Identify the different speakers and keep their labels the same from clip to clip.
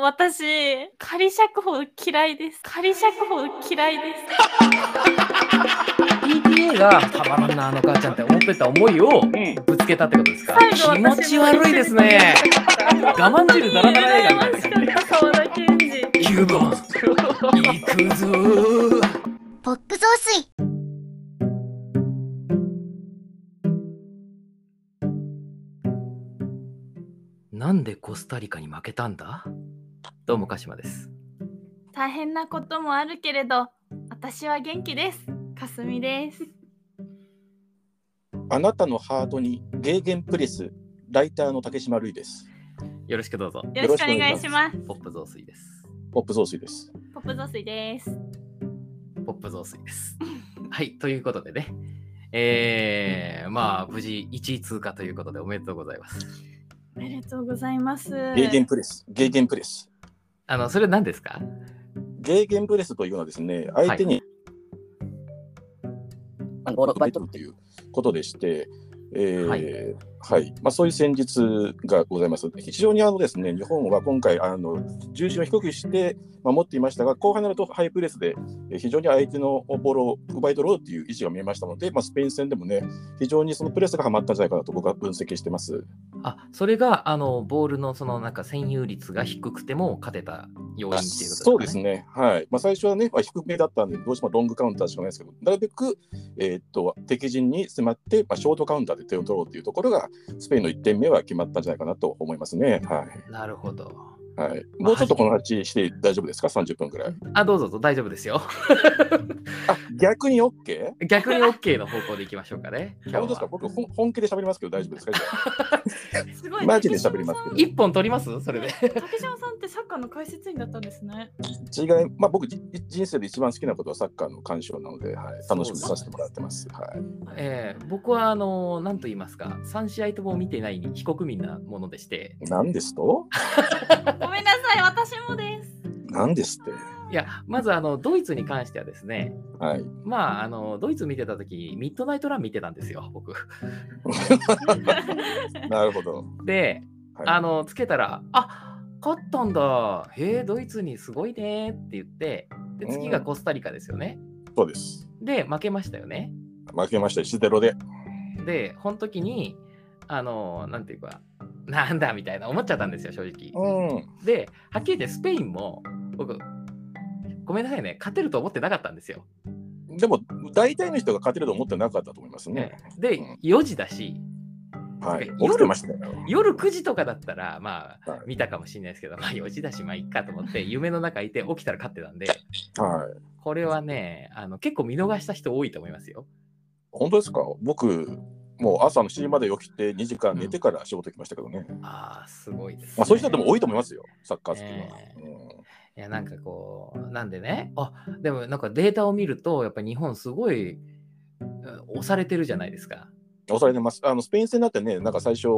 Speaker 1: 私、仮釈放嫌いです。仮釈放嫌いです。
Speaker 2: PTA がたまらんなあの母ちゃんって思ってた思いを
Speaker 3: うん。
Speaker 2: ぶつけたってことですか
Speaker 1: 最後
Speaker 2: 気持ち悪いですね。我慢汁だらだら映画みた
Speaker 1: 羨
Speaker 2: いな
Speaker 1: ましかった沢田研二。
Speaker 2: 9番行くぞー
Speaker 4: ポップ増水
Speaker 2: なんでコスタリカに負けたんだどうも鹿島です
Speaker 1: 大変なこともあるけれど、私は元気です。かすみです。
Speaker 3: あなたのハートにゲーゲンプレス、ライターの竹島るいです。
Speaker 2: よろしくどうぞ
Speaker 1: よろしくお願いします。
Speaker 2: ポップ増水です
Speaker 3: ポップ増水です。
Speaker 1: ポップ雑水です。
Speaker 2: ポップ増水 ですはいということでねえー、まあ無事1位通過ということでおめでとうございます
Speaker 1: おめでとうございます。
Speaker 3: ゲーゲンプレス、ゲーゲンプレス。
Speaker 2: あのそれ何ですか
Speaker 3: ゲーゲンプレスというのはですね、相手に
Speaker 5: あのボールを奪
Speaker 3: 奪
Speaker 5: い
Speaker 3: い
Speaker 5: 取
Speaker 3: 取
Speaker 5: る
Speaker 3: るということでして、えー
Speaker 2: は
Speaker 3: はいいまあ、そういう戦術がございます。非常にあのです、ね、日本は今回あの、重心を低くして守っていましたが、後半になるとハイプレスでえー非常に相手のボールを奪い取ろうという意思が見えましたので、まあ、スペイン戦でもね、非常にそのプレスがはまったんじゃないかなと僕は分析してます。
Speaker 2: あそれがあのボールのそのなんか占有率が低くても勝てた要因っていうことですか、ね、
Speaker 3: そうですね、はいまあ、最初はね、まあ、低めだったんで、どうしてもロングカウンターしかないですけど、なるべく、えーっと敵陣に迫って、まあ、ショートカウンターで点を取ろうというところが、スペインの1点目は決まったんじゃないかなと思いますね。はい
Speaker 2: なるほど
Speaker 3: はい、もうちょっとこの話して大丈夫ですか、30分ぐらい。
Speaker 2: あどうぞどうぞ大丈夫ですよ
Speaker 3: あ逆に OK?
Speaker 2: 逆に OK の方向でいきましょうかね今日は
Speaker 3: 本当ですか僕ほん本気で喋りますけど大丈夫ですかじゃあ
Speaker 1: すごい。
Speaker 3: マジで喋りますけど
Speaker 2: 一本取りますそれで
Speaker 1: 竹島さんってサッカーの解説員だったんですね。
Speaker 3: 違い、まあ、僕じ人生で一番好きなことはサッカーの鑑賞なので、はい、楽しくさせてもらってます。はい、
Speaker 2: ええ僕はあの何と言いますか3試合とも見てない非国民なものでして
Speaker 3: 何ですと
Speaker 1: ごめんなさい、私もです。
Speaker 3: 何ですって。
Speaker 2: いやまずあのドイツに関してはですね
Speaker 3: はい、
Speaker 2: まああのドイツ見てた時ミッドナイトラン見てたんですよ僕
Speaker 3: なるほど。
Speaker 2: で
Speaker 3: はい
Speaker 2: あのつけたら「あ勝ったんだへえドイツにすごいね」って言ってで次がコスタリカですよね、
Speaker 3: そうです。
Speaker 2: で負けましたよね
Speaker 3: 負けました、1ゼロで。
Speaker 2: でこの時にあのなんていうかなんだみたいな思っちゃったんですよ正直、
Speaker 3: うん。
Speaker 2: で、はっきり言ってスペインも、僕、ごめんなさいね、勝てると思ってなかったんですよ。
Speaker 3: でも、大体の人が勝てると思ってなかったと思います
Speaker 2: ね。
Speaker 3: ね
Speaker 2: で
Speaker 3: うん、
Speaker 2: 4時だし、
Speaker 3: はい。
Speaker 2: 夜
Speaker 3: 起きてましたよ。
Speaker 2: 夜9時とかだったら、まあ
Speaker 3: はい、
Speaker 2: 見たかもしれないですけど、まあ、4時だし、まあ、いっかと思って、夢の中いて、起きたら勝ってたんで、
Speaker 3: はい。
Speaker 2: これはね、あの結構見逃した人多いと思いますよ。
Speaker 3: 本当ですか僕、もう朝の7時まで起きて、2時間寝てから仕事行きましたけどね。
Speaker 2: ああ、すごいです、ね。
Speaker 3: まあ、そういう人でも多いと思いますよ、サッカー好きは。
Speaker 2: え
Speaker 3: うん
Speaker 2: いや、なんかこう、なんでね、あでもなんかデータを見ると、やっぱ日本すごいうん押されてるじゃないですか。
Speaker 3: 押されてますあのスペイン戦だってね、なんか最初、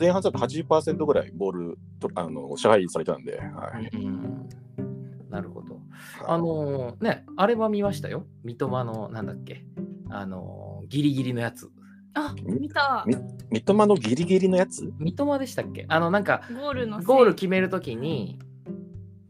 Speaker 3: 前半だと80%ぐらいボールとあの支配されたんで、はい、
Speaker 2: うんなるほど。あのーね、あれは見ましたよ。三笘の、なんだっけ、あのーギリギリのやつ。
Speaker 1: あ、見た。
Speaker 3: 三笘のギリギリのやつ、
Speaker 2: 三笘でしたっけあの、なんか、
Speaker 1: ゴールの。
Speaker 2: ゴール。決めるときに、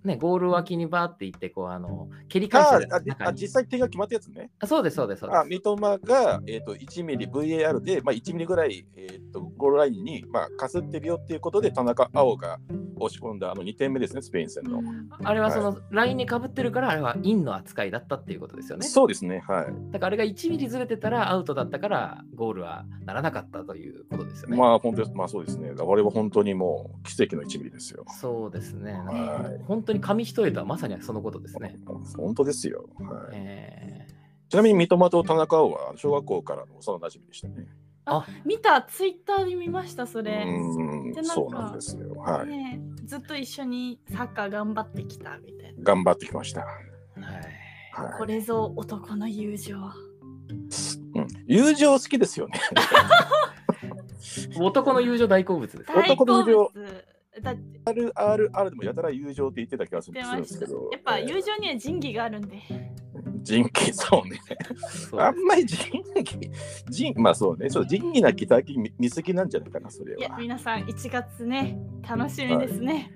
Speaker 2: ね、ゴール脇にバーって行って、こう、あの、蹴り返して
Speaker 3: あああ
Speaker 2: 中に
Speaker 3: 実際、手が決まったやつね。
Speaker 2: あそうです、そうです、そう
Speaker 3: あ
Speaker 2: で
Speaker 3: 三笘が、えー、と1ミリ VAR で、まあ、1ミリぐらい、えー、とゴールラインに、まあ、かすってるよっていうことで田中碧が押し込んだあの2点目ですね、スペイン戦の。
Speaker 2: す。あれはその、ラインにかぶってるから、あれはインの扱いだったっていうことですよね。
Speaker 3: そうですね、はい。
Speaker 2: だから、あれが1ミリずれてたらアウトだったから、ゴールはならなかったということですよね。
Speaker 3: まあ、本当ですまあ、そうですね。我々本当にもう奇跡の1ミリですよ。
Speaker 2: そうですね。なんか
Speaker 3: は
Speaker 2: 本当に紙一重とはまさにそのことですね。
Speaker 3: 本当ですよ、はい
Speaker 2: え
Speaker 3: ちなみに三笘と田中碧は小学校からの幼馴染でしたね。
Speaker 1: 見た、ツイッターで見ました、そうれ。
Speaker 3: ー
Speaker 1: でな
Speaker 3: ん、
Speaker 1: んか
Speaker 3: そうなんですよ。はい。
Speaker 1: ねえ、ずっと一緒にサッカー頑張ってきたみたいな。
Speaker 3: 頑張ってきました。は
Speaker 2: ーはい
Speaker 1: これぞ男の友情。
Speaker 3: い。うん、友情好きですよね。男
Speaker 2: 男の友情大好物です。
Speaker 3: 男の友情
Speaker 1: 大好物。だって言
Speaker 3: RRR でもやたら友情って言ってた気がする
Speaker 1: って
Speaker 3: するん
Speaker 1: ま
Speaker 3: で
Speaker 1: し
Speaker 3: す
Speaker 1: た
Speaker 3: けど。
Speaker 1: やっぱ
Speaker 3: えー
Speaker 1: 友情には仁義があるんで。
Speaker 3: 人気そうね。
Speaker 2: そう
Speaker 3: あんまり人気、人まあそうね、ちょっと仁義なき最近見見過ぎなんじゃないかな、それ
Speaker 1: いや
Speaker 3: は。
Speaker 1: 皆さん1月ね楽しみですね。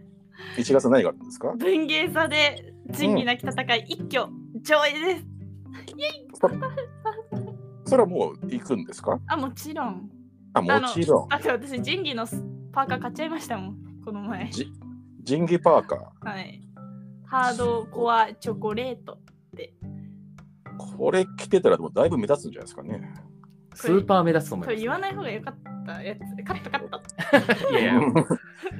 Speaker 3: 1月何があるんですか
Speaker 1: 文芸座で仁義なき戦い一挙上映です。
Speaker 3: それはもう行くんですか
Speaker 1: あ、もちろん。
Speaker 3: あ、もちろん。
Speaker 1: だって私、仁義のパーカー買っちゃいましたもん、この前。
Speaker 3: じジンギパーカ
Speaker 1: はい。ハードコアチョコレート。
Speaker 3: ー。これ着てたらもうだいぶ目立つんじゃないですかね。
Speaker 2: スーパー目立つと思
Speaker 1: こ
Speaker 2: いま
Speaker 1: れ
Speaker 2: す。
Speaker 1: 言わない方が良かったやつ。カットカット。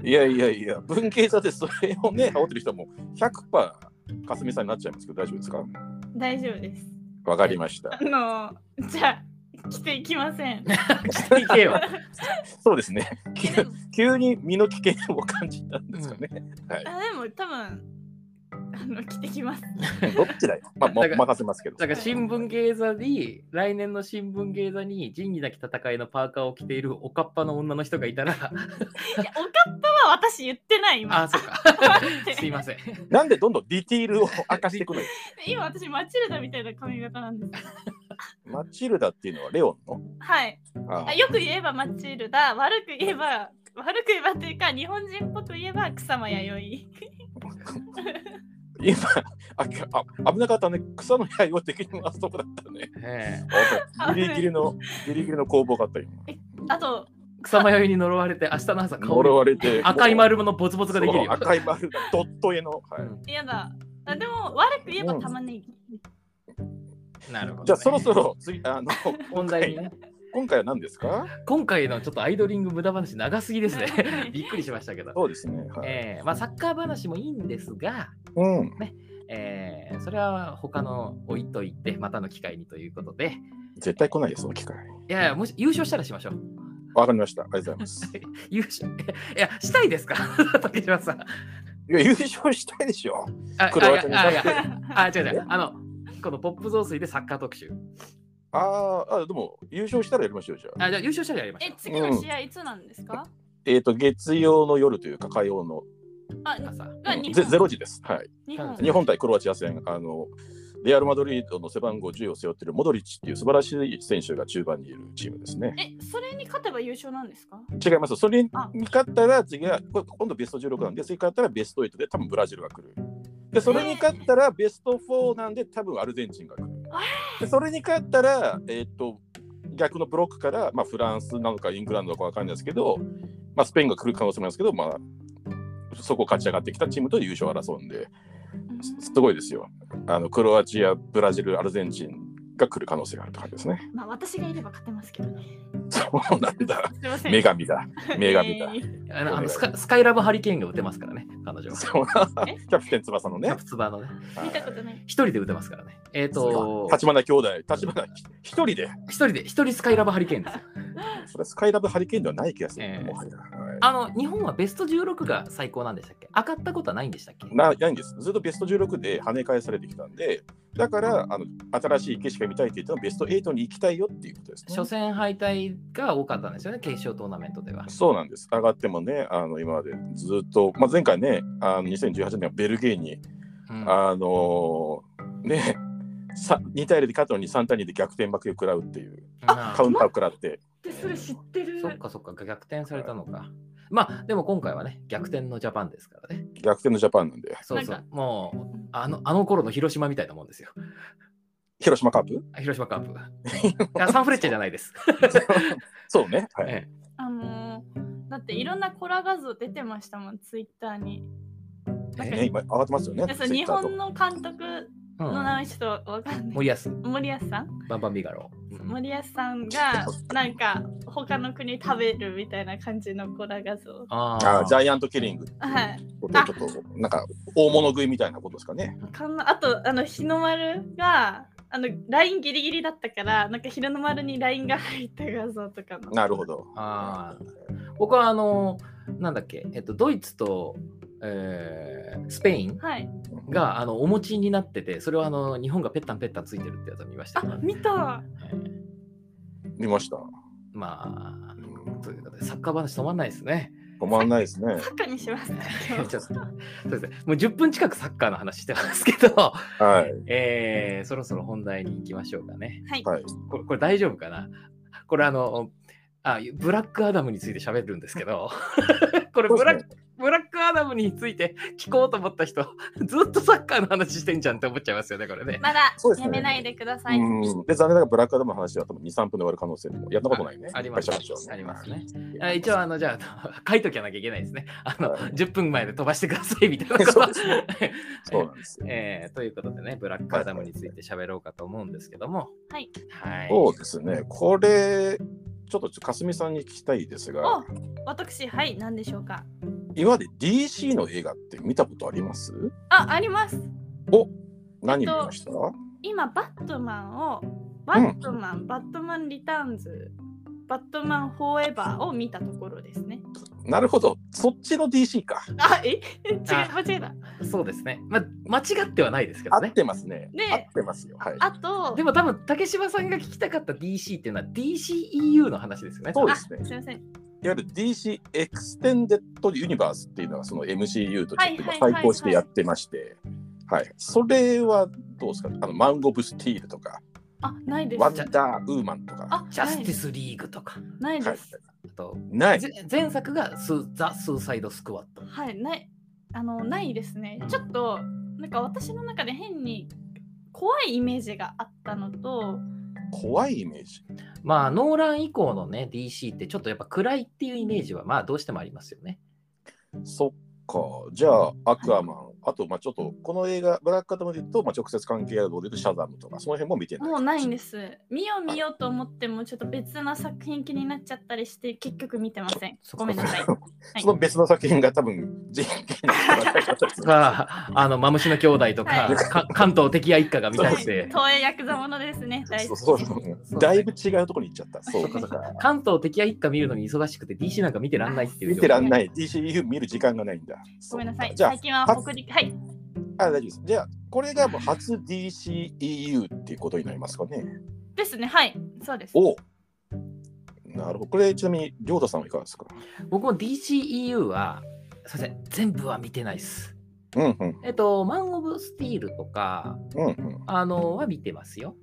Speaker 2: いやいや、
Speaker 3: いやいやいや、文系座でそれをね、羽織ってる人はもう100%かすみさんになっちゃいますけど、大丈夫ですか
Speaker 1: 大丈夫です。
Speaker 3: わかりました。
Speaker 1: あの、じゃあ、来ていきません。
Speaker 2: していけよ。
Speaker 3: そうですね。 急急に身の危険を感じたんですかね。はい。
Speaker 1: あでも多分あの来てきます。
Speaker 3: どっちだよ。まあ、ま
Speaker 2: だから
Speaker 3: 任せますけど。
Speaker 2: だから新聞芸座に、来年の新聞芸座に仁義なき戦いのパーカーを着ているおかっぱの女の人がいたら、
Speaker 1: いやおかっぱは私言ってない今。
Speaker 2: あ、そう か。
Speaker 1: 待っ
Speaker 2: すい
Speaker 1: て
Speaker 2: ません。
Speaker 3: なんでどんどんディティールを明かしていくのよ。
Speaker 1: 今私マチルダみたいな髪型なんです。
Speaker 3: マチルダっていうのはレオン
Speaker 1: はい。
Speaker 3: のあ
Speaker 1: あよく言えばマチルダ、悪く言えば悪く言えばっていうか日本人っぽく言えば草間弥
Speaker 3: 今あきあ、危なかったね。草の刃を的にあそこだったね。
Speaker 2: ええ
Speaker 3: ギリギリの、ギリギリの攻防があった今。
Speaker 1: 生。あと
Speaker 2: 草迷いに呪われて、明日の朝顔
Speaker 3: 呪われて。
Speaker 2: 赤い丸のボツボツができる
Speaker 3: そう
Speaker 2: よ。
Speaker 3: 赤い丸がドット絵の。はい
Speaker 2: うん
Speaker 1: やだ。あでも悪く言えば玉ねぎ。。
Speaker 2: なるほど、ね。
Speaker 3: じゃあそろそろ次 あの
Speaker 2: 本題にね。
Speaker 3: 今回は何ですか
Speaker 2: 今回のちょっとアイドリング無駄話長すぎです ねびっくりしましたけど。
Speaker 3: そうですね。はい
Speaker 2: えーまあ、サッカー話もいいんですが、
Speaker 3: うん、
Speaker 2: えーそれは他の置いといて、またの機会にということで、
Speaker 3: 絶対来ないよ、その機会。
Speaker 2: いやいや、もし優勝したらしましょう。
Speaker 3: わかりました。ありがとうございます。
Speaker 2: 優勝、いや、したいですか 竹島さん。
Speaker 3: いや、優勝したいでしょ。
Speaker 2: あ、
Speaker 3: クロアチアに
Speaker 2: あいや
Speaker 3: 勝っ
Speaker 2: あいやあ違う違う。あの、このポップ増水でサッカー特集。
Speaker 3: あーあ、でも、優勝したらやりましょう、じゃあ。
Speaker 2: あ、じゃあ優勝したらやりまし
Speaker 1: え
Speaker 2: ょう。
Speaker 1: 次の試合いつなんですか？
Speaker 3: えっ、と、月曜の夜というか、火曜の、
Speaker 1: あ
Speaker 2: 朝。
Speaker 1: が
Speaker 3: うん
Speaker 1: 日
Speaker 3: ゼ
Speaker 1: 本。
Speaker 3: ゼロ時です。はい。
Speaker 1: 日本。
Speaker 3: 日本対クロアチア戦、あの、レアル・マドリードの背番号10を背負っているモドリッチっていう素晴らしい選手が中盤にいるチームですね。
Speaker 1: えそれに勝てば優勝なんですか？
Speaker 3: 違います。それに勝ったら次は、こ今度ベスト16なんで、次勝ったらベスト8で多分ブラジルが来る。で、それに勝ったらベスト4なんで多分アルゼンチンが来る。で、それに勝ったら、えーっと、逆のブロックから、まあ、フランスなのかイングランドなのかわかんないですけど、まあ、スペインが来る可能性もありますけど、まあ、そこ勝ち上がってきたチームと優勝を争うんで、すすごいですよ。あの、クロアチア、ブラジル、アルゼンチンが来る可能性があるって感じですね。
Speaker 1: まあ私がいれば勝てますけどね。
Speaker 3: そうなん だ。
Speaker 1: すいません。
Speaker 3: 女神だ。女神だ。
Speaker 2: あのあのスカスカイラブハリケーンが打てますからね、彼女は。キ
Speaker 3: そう
Speaker 1: え
Speaker 3: キャプテン翼のね
Speaker 2: ャプ。ツバのね。
Speaker 1: 見たことない。
Speaker 2: 一人で打てますからね。えっ、と、
Speaker 3: 立花兄弟、立花一人で、
Speaker 2: 一人で、一人スカイラブハリケーンですよ。
Speaker 3: それはスカイラブハリケーンではない気がする、
Speaker 2: ええ
Speaker 3: もはやはい
Speaker 2: あの、日本はベスト16が最高なんでしたっけ上がったことはないんでしたっけ
Speaker 3: なないんです。ずっとベスト16で跳ね返されてきたんで、だからあの新しい景色が見たいって言ったらベスト8に行きたいよっていうことです、ね。
Speaker 2: 初戦敗退が多かったんですよね、決勝トーナメントでは。
Speaker 3: そうなんです。上がってもね、あの今までずっと、まあ、前回ね、あの2018年はベルギーに、
Speaker 2: うん
Speaker 3: あのーね、 さ2対0で勝ったのに3対2で逆転負けを食らうっていう、
Speaker 2: あ
Speaker 3: カウンターを食らって、
Speaker 1: でそれ知ってる。
Speaker 2: そっかそっか、逆転されたのか。まあ、でも今回はね、逆転のジャパンですからね。
Speaker 3: 逆転のジャパンなんで、
Speaker 2: そうそ
Speaker 1: なん
Speaker 2: う、もう、あの、あの頃の広島みたいなもんですよ。
Speaker 3: 広島カープ
Speaker 2: あ広島カープ。いやサンフレッチェじゃないです。
Speaker 3: そうね。はい
Speaker 2: え
Speaker 1: あのーだっていろんなコラ画像出てましたもん、ツイッターに。
Speaker 2: え
Speaker 3: ね、今上がってますよね。
Speaker 1: でそう
Speaker 3: Twitter
Speaker 1: 日
Speaker 3: と
Speaker 1: 本の監督
Speaker 2: う
Speaker 1: の
Speaker 2: ん、
Speaker 1: 名前ちょっとわかんない。
Speaker 2: 森保、
Speaker 1: 森保さん
Speaker 2: バンバンビガロー。うん
Speaker 1: 森保さんがなんか他の国食べるみたいな感じのコラ画像。
Speaker 2: あ
Speaker 3: あ
Speaker 2: あ
Speaker 3: ージャイアントキリング。
Speaker 1: はい。
Speaker 3: ことちょっと、なんか、大物食いみたいなことですかね。
Speaker 1: かんあと、あの、日の丸が、あの、ラインギリギリだったから、なんか日の丸にラインが入った画像とかの。
Speaker 3: なるほど。
Speaker 2: あー僕はあのなんだっけ、えっと、ドイツと、えースペイン
Speaker 1: はい。
Speaker 2: があのお持ちになっててそれはあの日本がペッタンペッタンついてるってやつを見ました
Speaker 1: あ
Speaker 2: けど、、
Speaker 1: 見た。
Speaker 2: はい
Speaker 3: 見ました。
Speaker 2: ま
Speaker 3: う
Speaker 2: あ
Speaker 3: ん
Speaker 2: ということでサッカー話止まんないですね。
Speaker 3: 止まんないです ね。
Speaker 1: サッカーにしますか
Speaker 2: ちょ っとそうですねもう10分近くサッカーの話してますけど、
Speaker 3: はい。
Speaker 2: えーそろそろ本題に行きましょうかね。
Speaker 1: はい。
Speaker 3: はい。
Speaker 2: これこれ大丈夫かなこれあ のあブラックアダムについて喋るんですけどこれブラック、ブラックーアダムについて 聞こうと思った人、ずっとサッカーの話してんじゃんって思っちゃいますよね、これね。
Speaker 1: まだ
Speaker 3: そうですね
Speaker 1: やめないでください。
Speaker 3: うんで残念ながらブラックアダムの話は多分2、3分で終わる可能性もやったことないね。
Speaker 2: ああります
Speaker 3: 会社の人は
Speaker 2: ありますね。あ一応、あの、じゃあ、 書いときゃなきゃいけないですね。あの、
Speaker 3: は
Speaker 2: 10分前で飛ばしてくださいみたいなこ
Speaker 3: そう
Speaker 2: と
Speaker 3: で。すねそうなんですよ。
Speaker 2: えーということでね、ブラックアダムについて喋ろうかと思うんですけども。
Speaker 1: はい。
Speaker 2: はい。
Speaker 3: そうですね。これ、ちょっとかすみさんに聞きたいですが
Speaker 1: お、私、はい、何でしょうか。
Speaker 3: 今まで DC の映画って見たことあります
Speaker 1: あ、あります。
Speaker 3: 何見ました
Speaker 1: 今、バットマンを、バットマン、バットマンリターンズ、バットマンフォーエバーを見たところですね。
Speaker 3: なるほど。そっちの DC か。
Speaker 1: あ、え 違う、
Speaker 2: あ
Speaker 1: 間違えた。
Speaker 2: そうですね。ま、間違ってはないですけ
Speaker 3: 合
Speaker 2: どね。
Speaker 3: ってますね。
Speaker 1: ね
Speaker 3: 合ってますよ。はい。
Speaker 1: あと、
Speaker 2: でも多分、竹芝さんが聞きたかった DC っていうのは DCEU の話ですよね。
Speaker 3: そう
Speaker 1: あ
Speaker 3: ですす
Speaker 1: み
Speaker 3: ね
Speaker 1: ません。
Speaker 3: いわゆる DC エクステンデッドユニバースっていうのがその MCU とちょっと今
Speaker 1: はいはいはいはい
Speaker 3: 対抗してやってまして、はい。それはどうですかあの、マン・ゴブ・スティールとか、
Speaker 1: あ、ないです。
Speaker 3: ワンダー・ウーマンとか。
Speaker 1: あ、
Speaker 2: ジャスティ
Speaker 1: ス。
Speaker 2: スリーグとか。
Speaker 1: ない
Speaker 3: は
Speaker 1: で
Speaker 3: い
Speaker 1: す。
Speaker 2: あと、
Speaker 3: ない。
Speaker 2: ぜ前作がスーザ・スーサイド・スクワット。
Speaker 1: はい、ない、あの、ないですね。ちょっと、なんか私の中で変に怖いイメージがあったのと、
Speaker 3: 怖いイメージ。
Speaker 2: まあ、ノーラン以降のね、DC ってちょっとやっぱ暗いっていうイメージは、まあ、どうしてもありますよね。
Speaker 3: そっか。じゃあ、アクアマン。あと、まあちょっと、この映画、ブラックアダムで言うと、まあ直接関係あるので言うと、シャザムとか、その辺も見てない。。
Speaker 1: もうないんですす。見よう見ようと思っても、ちょっと別な作品気になっちゃったりして、結局見てません。
Speaker 2: そ
Speaker 1: ごめんなさい。はい
Speaker 3: その別の作品が多分、人権の戦いだったりする
Speaker 2: あ あの、マムシの兄弟とか、
Speaker 1: はい
Speaker 2: か関東敵屋一家が見たりし
Speaker 1: はい
Speaker 2: て、
Speaker 1: 東映ヤクザものですね。 大
Speaker 3: そ
Speaker 1: 好
Speaker 3: う
Speaker 1: き
Speaker 3: そうそうだいぶ違うところに行っちゃった。そう
Speaker 2: そっかそっ
Speaker 3: か。
Speaker 2: 関東敵屋一家見るのに忙しくて、DC なんか見てらんないっていう。
Speaker 3: 見てらんない。DCU 見る時間がないんだ。
Speaker 1: ごめんなさい。
Speaker 3: じゃあ
Speaker 1: 最、近は北陸。はい。
Speaker 3: あ大丈夫です。じゃあ、これがもう初 DCEU っていうことになりますかね。
Speaker 1: ですね。はい。そうです。
Speaker 3: おうなるほど。これ、ちなみに、りょうたさんはいかがですか
Speaker 2: 僕も DCEU は、すいません、全部は見てないです。
Speaker 3: うんうん。
Speaker 2: えっと、マン・オブ・スティールとか、
Speaker 3: うんうん。
Speaker 2: あの、は見てますよ。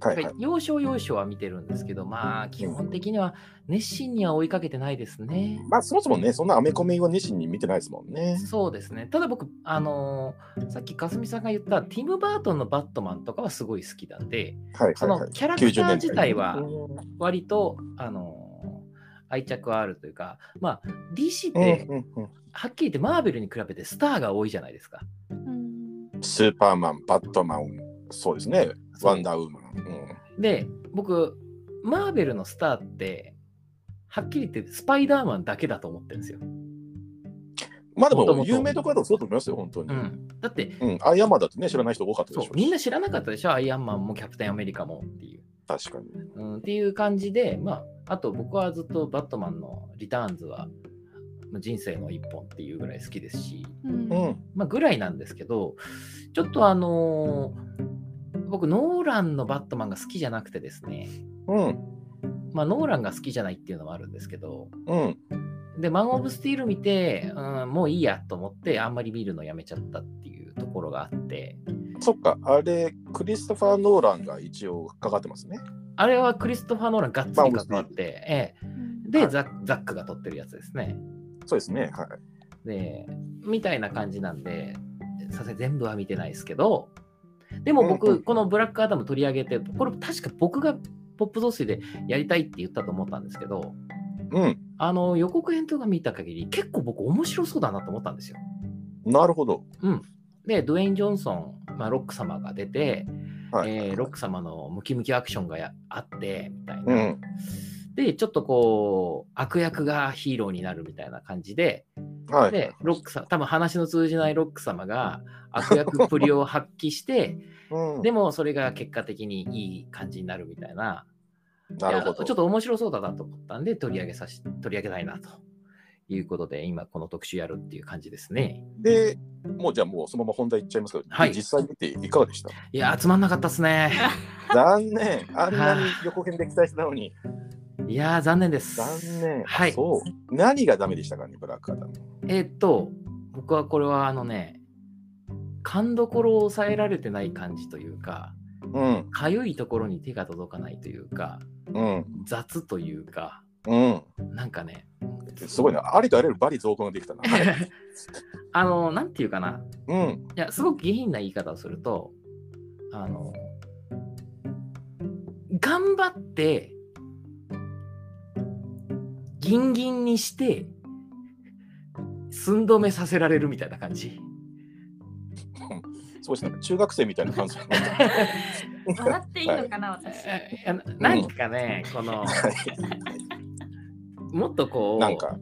Speaker 3: は
Speaker 2: な
Speaker 3: いは
Speaker 2: ん
Speaker 3: い
Speaker 2: か。要所要所は見てるんですけど、まあ、基本的には熱心には追いかけてないですね。
Speaker 3: まあ、そもそもね、そんなアメコミを熱心に見てないですもんね。
Speaker 2: そうですね。ただ僕、あのーさっきかすみさんが言ったティム・バートンのバットマンとかはすごい好きなんで、
Speaker 3: はいはい、はい。
Speaker 2: そのキャラクタ
Speaker 3: 90年
Speaker 2: ー
Speaker 3: 代
Speaker 2: 自体は
Speaker 3: うん
Speaker 2: 割と、あのー愛着はあるというか、まあ、DC っ
Speaker 3: うん
Speaker 2: て、
Speaker 3: うん
Speaker 2: はっきり言ってマーベルに比べてスターが多いじゃないですか。
Speaker 1: うん
Speaker 3: うんスーパーマン、バットマン、そうですね。
Speaker 2: そう
Speaker 3: ワンダーウーマン。うん
Speaker 2: で、僕、マーベルのスターって、はっきり言ってスパイダーマンだけだと思ってるんですよ。
Speaker 3: まあで
Speaker 2: もとも
Speaker 3: も、
Speaker 2: と
Speaker 3: 有名どころだとそうだと思いますよ、本当に。
Speaker 2: う。ん、だって、
Speaker 3: うん、アイアンマンだってね、知らない人多かったで
Speaker 2: そう
Speaker 3: しょうし。
Speaker 2: みんな知らなかったでしょ、アイアンマンもキャプテンアメリカもっていう。
Speaker 3: 確かに。
Speaker 2: うん、っていう感じで、まあ、あと僕はずっとバットマンのリターンズはまあ人生の一本っていうぐらい好きですし、
Speaker 1: うん
Speaker 3: う
Speaker 1: うん
Speaker 3: ん。
Speaker 2: まあ、ぐらいなんですけど、ちょっとあのー僕、ノーランのバットマンが好きじゃなくてですね、
Speaker 3: うん。
Speaker 2: まあ、ノーランが好きじゃないっていうのもあるんですけど、
Speaker 3: うん。
Speaker 2: で、マン・オブ・スティール見て、うん、もういいやと思って、あんまり見るのやめちゃったっていうところがあって、
Speaker 3: そっか、あれ、クリストファー・ノーランが一応かかってますね。
Speaker 2: あれはクリストファー・ノーランがっつり関わって、ええで、
Speaker 3: はい
Speaker 2: ザッザックが撮ってるやつですね。
Speaker 3: そうですね。はい。
Speaker 2: で、みたいな感じなんで、さすがに全部は見てないですけど、でも
Speaker 3: うんう
Speaker 2: 僕、
Speaker 3: ん
Speaker 2: このブラックアダム取り上げて、これ確か僕がポップ増水でやりたいって言ったと思ったんですけど、
Speaker 3: うん。
Speaker 2: あの予告編とか見た限り、結構僕面白そうだなと思ったんですよ。
Speaker 3: なるほど。
Speaker 2: うん。で、ドウェイン・ジョンソン、まあ、ロック様が出て、
Speaker 3: はい。
Speaker 2: えーロック様のムキムキアクションがやあって、みたいな。
Speaker 3: うん。
Speaker 2: で、ちょっとこう、悪役がヒーローになるみたいな感じで、
Speaker 3: はい。
Speaker 2: で、ロックさん、多分話の通じないロック様が悪役プリを発揮して、
Speaker 3: うん、
Speaker 2: でもそれが結果的にいい感じになるみたいな、
Speaker 3: なるほ
Speaker 2: いや
Speaker 3: ど。
Speaker 2: ちょっと面白そうだなと思ったんで、取り上げさし、取り上げたいなということで、今この特集やるっていう感じですね。
Speaker 3: で、もうじゃあもうそのまま本題いっちゃいますけど、
Speaker 2: はい
Speaker 3: 実際見ていかがでした
Speaker 2: いやー、つまんなかったっすね。
Speaker 3: 残念。あんなに横編で期待してたのに。
Speaker 2: いやー、残念です。
Speaker 3: 残念。
Speaker 2: はい。
Speaker 3: そう。何がダメでしたかね、ブラックアダム。
Speaker 2: えーっと、僕はこれはあのね、勘どころを抑えられてない感じというか、
Speaker 3: うん。
Speaker 2: かゆいところに手が届かないというか、
Speaker 3: うん。
Speaker 2: 雑というか、
Speaker 3: うん。
Speaker 2: なんかね、
Speaker 3: すごいな。ありとあらゆるバリ増根ができたな。はい、
Speaker 2: あの、なんていうかな。
Speaker 3: うん。
Speaker 2: いや、すごく下品な言い方をすると、あの、頑張って、ギンギンにして、寸止めさせられるみたいな感じ。
Speaker 3: そうですね。中学生みたいな感想。
Speaker 1: 笑っていいのかな、私。
Speaker 2: えーあのなんかね、こ の、もっとこう、
Speaker 3: なんか、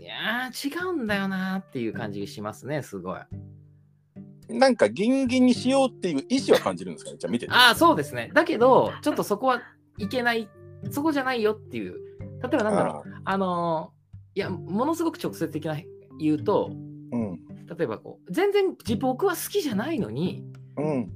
Speaker 2: いやー、違うんだよなーっていう感じがしますね、すごい。
Speaker 3: なんかギンギンにしようっていう意思は感じるんですかね。じゃあ見てて。
Speaker 2: ああ、そうですね。だけど、ちょっとそこはいけない、そこじゃないよっていう、例えばなんだろう、あのーいや、ものすごく直接的な言うと、
Speaker 3: う。うん。
Speaker 2: 例えばこう、全然自僕は好きじゃないのに、
Speaker 3: うん。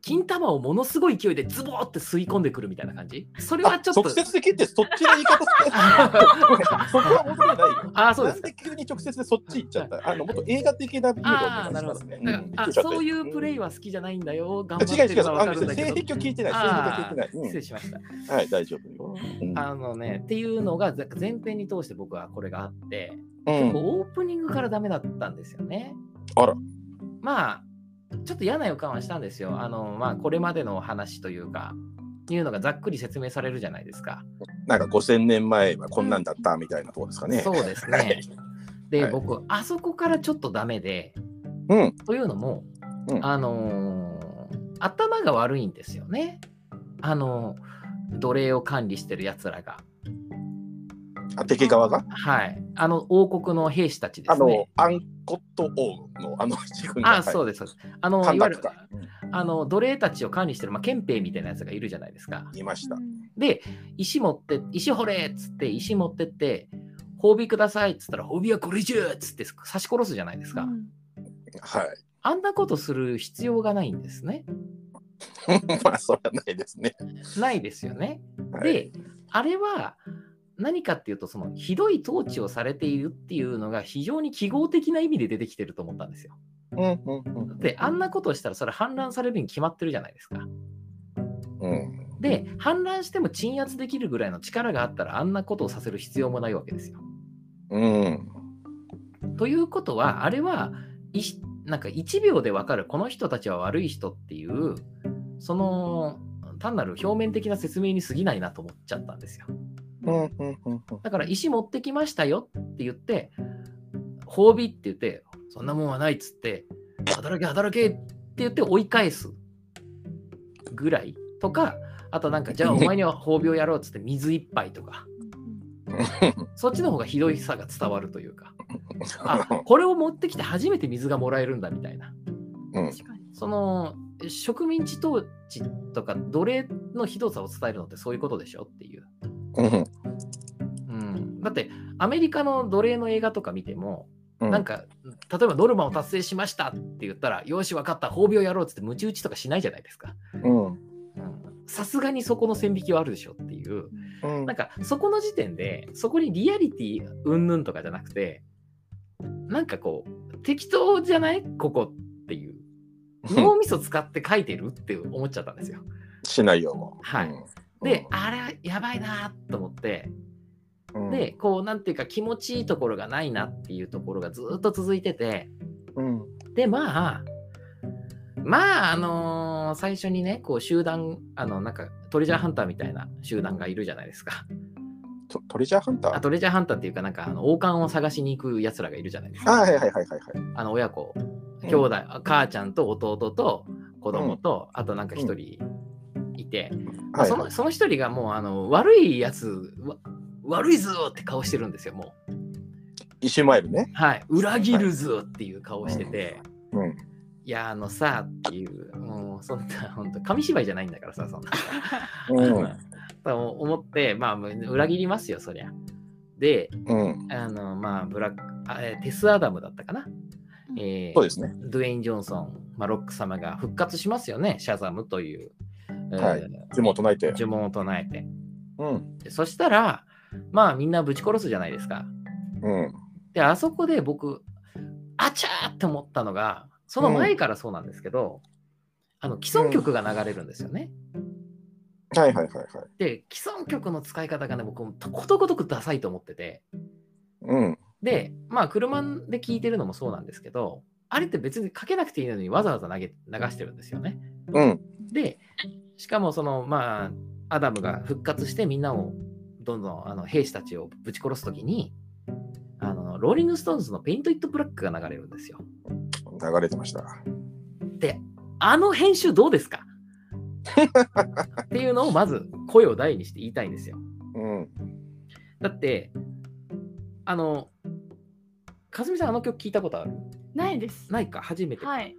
Speaker 2: 金玉をものすごい勢いでズボーって吸い込んでくるみたいな感じ。それは
Speaker 3: あ、
Speaker 2: ちょっと
Speaker 3: 直。 接的ってそっちの言い方して。そこは求めないよ。
Speaker 2: ああ、そう
Speaker 3: な
Speaker 2: です
Speaker 3: ん
Speaker 2: か。
Speaker 3: で急に直接でそっち行っちゃったあのもっと映画的なビールを
Speaker 2: ああ、
Speaker 3: お
Speaker 2: な
Speaker 3: 願い
Speaker 2: るほ
Speaker 3: しま
Speaker 2: ど。
Speaker 3: す
Speaker 2: だ
Speaker 3: ね。
Speaker 2: からあそういうプレ
Speaker 3: イ。
Speaker 2: イは好きじゃないんだよ。頑張って
Speaker 3: 違う違
Speaker 2: る
Speaker 3: う、
Speaker 2: の
Speaker 3: あ
Speaker 2: は
Speaker 3: の
Speaker 2: 分かるんだけ
Speaker 3: 性
Speaker 2: ど。
Speaker 3: 癖を聞いてない。性
Speaker 2: あ
Speaker 3: 癖を聞いてない。
Speaker 2: 失
Speaker 3: う
Speaker 2: 礼しました。
Speaker 3: ん、はい、大丈夫よ。うん
Speaker 2: あのね、っていうのがざ前編に通して僕はこれがあって、
Speaker 3: うん
Speaker 2: こうオープニングからダメだったんですよね。
Speaker 3: あら。
Speaker 2: まあ、ちょっと嫌な予感はしたんですよ。あの、まあ、これまでの話というか、いうのがざっくり説明されるじゃないですか。
Speaker 3: なんか5000年前はこんなんだったみたいなとこですかね。
Speaker 2: そうです
Speaker 3: は
Speaker 2: ね
Speaker 3: い。
Speaker 2: で、
Speaker 3: はい
Speaker 2: 僕、あそこからちょっとダメで、
Speaker 3: うん。
Speaker 2: というのも、
Speaker 3: うん
Speaker 2: あのー頭が悪いんですよね。あのー奴隷を管理してるやつらが。
Speaker 3: あ、敵側が
Speaker 2: はい。あの、王国の兵士たちで
Speaker 3: あ
Speaker 2: す
Speaker 3: の、
Speaker 2: ね。
Speaker 3: アンコット王のあの自分
Speaker 2: あ
Speaker 3: が。
Speaker 2: そう
Speaker 3: う
Speaker 2: です、そうです。あの、
Speaker 3: 関
Speaker 2: いわゆ
Speaker 3: 白
Speaker 2: る
Speaker 3: か、。
Speaker 2: あの、奴隷たちを管理してる、まあ、憲兵みたいなやつがいるじゃないですか。
Speaker 3: いました。
Speaker 2: で、石持って、石掘れっつって、石持ってって、褒美くださいっつったら、褒美はこれじゃっつって刺し殺すじゃないですか。
Speaker 3: はい。
Speaker 2: あんなことする必要がないんですね。
Speaker 3: まあ、それはないですね。
Speaker 2: ないですよね。
Speaker 3: はい
Speaker 2: で、あれは何かっていうと、そのひどい統治をされているっていうのが非常に記号的な意味で出てきてると思ったんですよ。
Speaker 3: うんうん
Speaker 2: で、あんなことをしたらそれ反乱されるに決まってるじゃないですか。
Speaker 3: うん。うん。
Speaker 2: で、反乱しても鎮圧できるぐらいの力があったらあんなことをさせる必要もないわけですよ。
Speaker 3: うん。
Speaker 2: ということは、あれはいしなんか1秒でわかるこの人たちは悪い人っていう、その単なる表面的な説明に過ぎないなと思っちゃったんですよ。
Speaker 3: うんうんうんうん。
Speaker 2: だから石持ってきましたよって言って、褒美って言って、そんなもんはないっつって、働け働けって言って追い返すぐらいとか、あとなんか、じゃあお前には褒美をやろうっつって水一杯とか、そっちの方がひどいさが伝わるというか、あこれを持ってきて初めて水がもらえるんだみたいな。
Speaker 3: うん
Speaker 1: 確かに。
Speaker 2: その植民地統治とか奴隷のひどさを伝えるのってそういうことでしょっていう。
Speaker 3: うん
Speaker 2: うん、だってアメリカの奴隷の映画とか見ても、
Speaker 3: うん。
Speaker 2: なんか例えばノルマを達成しましたって言ったらよし分かった褒美をやろうっつって鞭打ちとかしないじゃないですか
Speaker 3: うん。
Speaker 2: うんさすがにそこの線引きはあるでしょっていう
Speaker 3: うん
Speaker 2: なんかそこの時点でそこにリアリティ云々とかじゃなくてなんかこう適当じゃないここっていう脳みそ使って書いてるって思っちゃったんですよ
Speaker 3: しないよ、もう。
Speaker 2: はい
Speaker 3: うん
Speaker 2: で、あれやばいなーと思って
Speaker 3: うん
Speaker 2: で、こうなんていうか気持ちいいところがないなっていうところがずーっと続いてて
Speaker 3: うん
Speaker 2: でまあまああのー最初にねこう集団あのなんかトレジャーハンターみたいな集団がいるじゃないですか
Speaker 3: トトレジャーハンター
Speaker 2: あトレジャーハンターっていうかなんかあの王冠を探しに行くやつらがいるじゃないです
Speaker 3: あ
Speaker 2: か
Speaker 3: はいはいはいはいはい。
Speaker 2: あの親子
Speaker 3: うん
Speaker 2: 兄弟、母ちゃんと弟と子供と、あとなんか一人いて、まあ
Speaker 3: はい
Speaker 2: そのその一人がもうあの悪いやつわ悪いぞって顔してるんですよもう
Speaker 3: イシュマエルね。
Speaker 2: はい、裏切るぞっていう顔してて、
Speaker 3: うん。
Speaker 2: いや、あのさっていう、もうそんな、本当紙芝居じゃないんだからさ、そんな。
Speaker 3: うん。
Speaker 2: と思って、まあ、裏切りますよ、そりゃ。で、
Speaker 3: うん。
Speaker 2: あの、まあ、ブラック、あえーテス・アダムだったかな。えー
Speaker 3: そうですね。
Speaker 2: ドゥエイン・ジョンソン、まあ、ロック様が復活しますよね、シャザムという、えー
Speaker 3: はい呪文を唱えて。
Speaker 2: 呪文を唱えて
Speaker 3: うん。
Speaker 2: で。そしたら、まあ、みんなぶち殺すじゃないですか。
Speaker 3: うん。
Speaker 2: で、あそこで僕、あちゃーって思ったのが、その前からそうなんですけど、あの既存曲が流れるんですよね。
Speaker 3: はいはいはいはい。
Speaker 2: で、既存曲の使い方がね、僕、ことごとくダサいと思ってて、
Speaker 3: うん。
Speaker 2: で、まあ、車で聞いてるのもそうなんですけど、あれって別にかけなくていいのにわざわざ投げ流してるんですよね。
Speaker 3: うん。
Speaker 2: で、しかもその、まあ、アダムが復活してみんなをどんどんあの兵士たちをぶち殺すときに、あのローリング・ストーンズのペイント・イット・ブラックが流れるんですよ。
Speaker 3: 流れてました。
Speaker 2: で、あの編集どうですか っていうのをまず声を大にして言いたいんですよ。
Speaker 3: うん。
Speaker 2: だって、あの、かすみさんあの曲聞いたことある
Speaker 1: ないです。
Speaker 2: ないか初めて。
Speaker 1: はい。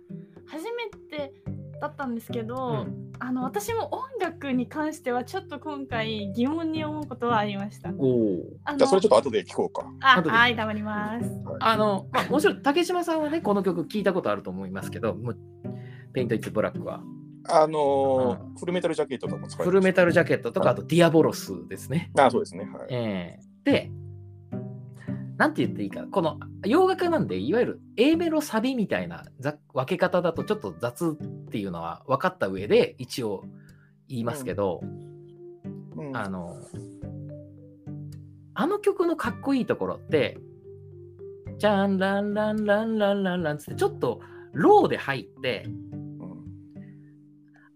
Speaker 1: 初めてだったんですけど、
Speaker 2: うん
Speaker 1: あの私も音楽に関してはちょっと今回疑問に思うことはありました。
Speaker 2: おお。
Speaker 1: あの
Speaker 3: じゃあ、それちょっと後で聞こうか。
Speaker 1: あ
Speaker 2: 後で
Speaker 1: はい黙ります。
Speaker 2: あの、まあ、もちろん竹島さんはね、この曲聞いたことあると思いますけど、もうペイント・イッツ・ブラックは、
Speaker 3: あの
Speaker 2: うん
Speaker 3: ー、フルメタルジャケットとかも使え
Speaker 2: フ
Speaker 3: る。
Speaker 2: ルメタルジャケットと
Speaker 3: は
Speaker 2: か、
Speaker 3: い
Speaker 2: あとディアボロスですね。
Speaker 3: あ、そうですね。はい。
Speaker 2: えーで、なんて言っていいか、この洋楽なんで、いわゆる A メロサビみたいなざ分け方だとちょっと雑っていうのは分かった上で、一応言いますけど、
Speaker 3: うん
Speaker 2: あの、あの曲のかっこいいところって、チャンランランランランランランつって、ちょっとローで入って、
Speaker 3: うん。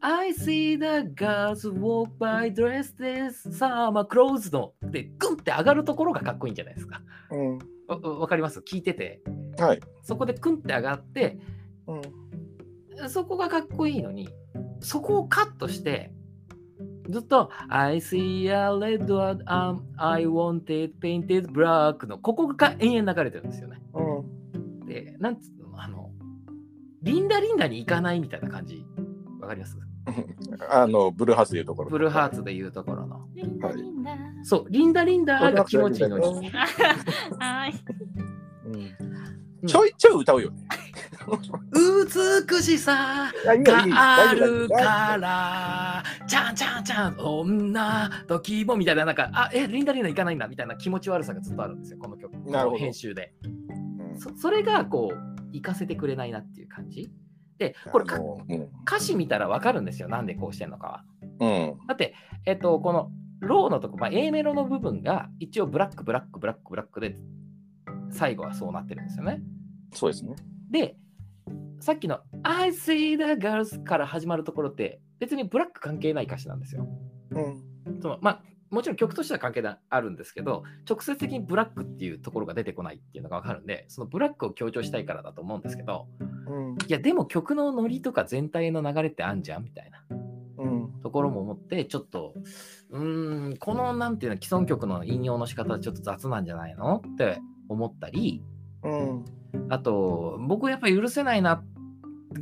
Speaker 2: I see the girls walk by dressed this summer clothes のでグンって上がるところがかっこいいんじゃないですか。
Speaker 3: うん。
Speaker 2: わわかります聞いてて。
Speaker 3: はい。
Speaker 2: そこでグンって上がって、
Speaker 3: うん。
Speaker 2: そこがかっこいいのに、そこをカットして、ずっと I see a red one, um, I wanted painted black のここが延々流れてるんですよね。
Speaker 3: うん。
Speaker 2: で、なんつうの、あの、リンダリンダに行かないみたいな感じ。わかります
Speaker 3: あの、ブルーハーツでいうところ。
Speaker 2: ブルーハーツでいうところの。
Speaker 1: リンダ
Speaker 3: はい
Speaker 1: リンダ。
Speaker 2: そう、リンダリンダが気持ちいいのに。
Speaker 1: はい。
Speaker 3: うん
Speaker 2: うん
Speaker 3: ちょいちょい歌うよね。
Speaker 2: 美しさ
Speaker 3: いやいいよいいよ
Speaker 2: があ
Speaker 3: 大丈夫
Speaker 2: るから、ちゃんちゃんちゃん、女時もみたいな、なんか、あえ、リンダリンダ行かないんだみたいな気持ち悪さがずっとあるんですよ、この曲、
Speaker 3: なるほど
Speaker 2: 編集で。
Speaker 3: うん
Speaker 2: そそれが、こう、行かせてくれないなっていう感じ。で、これか、
Speaker 3: もううん
Speaker 2: 歌詞見たらわかるんですよ、なんでこうしてんのかは。
Speaker 3: うん。
Speaker 2: だって、えっと、このローのとこ、まあ、A メロの部分が一応ブラック、ブラック、ブラック、ブラックで、最後はそうなってるんですよね。
Speaker 3: そうですね。
Speaker 2: で、さっきの I see the girls から始まるところって、別にブラック関係ない歌詞なんですよ。
Speaker 3: うん。
Speaker 2: そのまあもちろん曲としては関係なあるんですけど、直接的にブラックっていうところが出てこないっていうのがわかるんで、そのブラックを強調したいからだと思うんですけど、
Speaker 3: うん。
Speaker 2: いや、でも曲のノリとか全体の流れってあんじゃんみたいな。
Speaker 3: うん。
Speaker 2: ところも思って、ちょっと、うーん、このなんていうの、既存曲の引用の仕方はちょっと雑なんじゃないのって思ったり、
Speaker 3: うん。
Speaker 2: あと、僕やっぱり許せないな、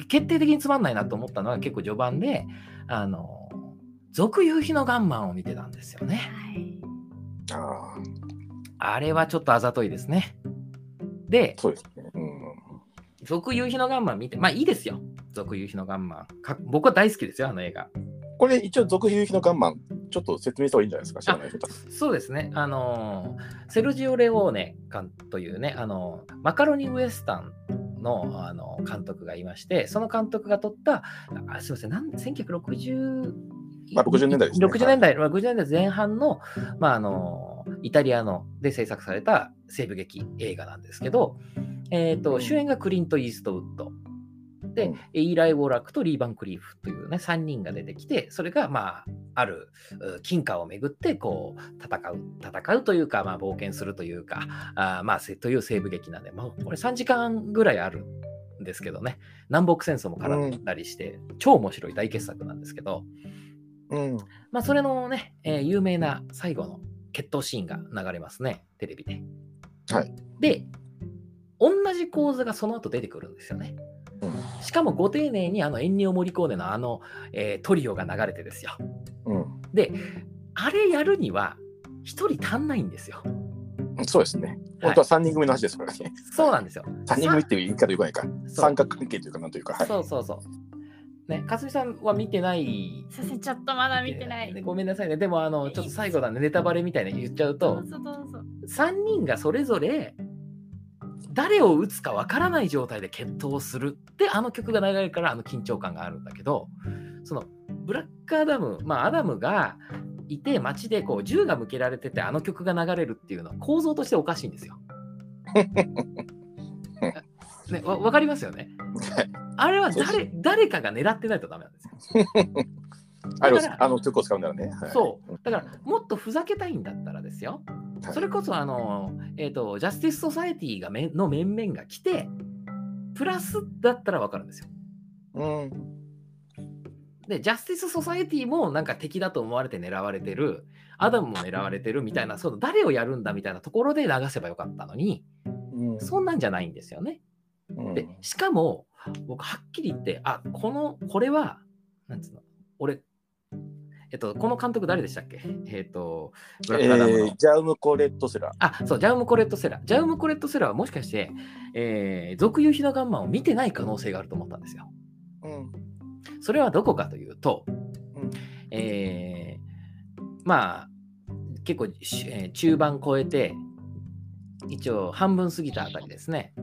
Speaker 2: 決定的につまんないなと思ったのは結構序盤で、あの、続夕日のガンマンを見てたんですよね。
Speaker 1: はい。
Speaker 3: ああ、
Speaker 2: あれはちょっとあざといですね。で、
Speaker 3: そうですね。うん。
Speaker 2: 続夕日のガンマン見て、まあいいですよ。続夕日のガンマン。か僕は大好きですよ、あの映画。
Speaker 3: これ一応続夕日のガンマンちょっと説明した方がいいんじゃないですか知らない人たち
Speaker 2: そうですね、あのーセルジオ・レオーネ監督というね、あのーマカロニ・ウエスタンの、あのー監督がいまして、その監督が撮った、あすみません、なん1960、
Speaker 3: まあ60年代ですね
Speaker 2: 60年代、まあ60年代前半の、まああのーイタリアので制作された西部劇映画なんですけど、えーと
Speaker 3: うん
Speaker 2: 主演がクリント・イーストウッド。で、
Speaker 3: うん
Speaker 2: イーライ・ウォラックとリーバン・クリーフというね、3人が出てきて、それが、まあ、あるう金貨をめぐって、こう、戦う、戦うというか、まあ、冒険するというか、あーまあ、せという西部劇なんで、まあ、これ3時間ぐらいあるんですけどね、南北戦争も絡んだりして、超面白い大傑作なんですけど、
Speaker 3: うん。
Speaker 2: まあ、それのね、えー有名な最後の決闘シーンが流れますね、テレビで。
Speaker 3: はい。
Speaker 2: で、同じ構図がその後出てくるんですよね。
Speaker 3: う
Speaker 2: しかもご丁寧にあのエンニオ・モリコーネのあの、えートリオが流れてですよ。
Speaker 3: うん。
Speaker 2: で、あれやるには1人足んないんですよ。
Speaker 3: そうですね。本当は三人組の話ですからね。
Speaker 2: そうなんですよ。
Speaker 3: 三人組っていう言い方よくないか。
Speaker 2: そう
Speaker 3: 三角関係というかなんというか。はい。
Speaker 2: そうそうそう。ね、かすみさんは見てない
Speaker 1: させちょっとまだ見てない。
Speaker 2: ごめんなさいね。でも、あの、ちょっと最後だね、ネタバレみたいな言っちゃう
Speaker 1: ど
Speaker 2: と
Speaker 1: う、ぞどうぞ。
Speaker 2: 3人がそれぞれ誰を打つかわからない状態で決闘するであの曲が流れるからあの緊張感があるんだけどそのブラックアダムまあアダムがいて街でこう銃が向けられててあの曲が流れるっていうのは構造としておかしいんですよ。ね、わわかりますよね。
Speaker 3: はい
Speaker 2: あれは誰誰かが狙ってないとダメなんですよ。
Speaker 3: あ
Speaker 2: だ
Speaker 3: の
Speaker 2: から
Speaker 3: あの曲を使うんならね。はい、
Speaker 2: そう。だから、もっとふざけたいんだったらですよ。
Speaker 3: はい
Speaker 2: それこそ、あの、えっ、と、ジャスティス・ソサエティがめの面々が来て、プラスだったらわかるんですよ。
Speaker 3: うん。
Speaker 2: で、ジャスティス・ソサエティもなんか敵だと思われて狙われてる、アダムも狙われてるみたいな、その誰をやるんだみたいなところで流せばよかったのに、
Speaker 3: うん
Speaker 2: そんなんじゃないんですよね。
Speaker 3: うん
Speaker 2: で、しかも、僕、はっきり言って、あ、この、これは、なんつうの、俺、えっと、この監督誰でしたっけえっと、ブラックアダムの
Speaker 3: えージャウムコレットセラ。
Speaker 2: あ、そう、ジャウムコレットセラ。ジャウムコレットセラはもしかして、えー、俗言うヒナガンマンを見てない可能性があると思ったんですよ。
Speaker 3: うん。
Speaker 2: それはどこかというと、
Speaker 3: うん
Speaker 2: えーまあ、結構、しえー中盤超えて、一応半分過ぎたあたりですね、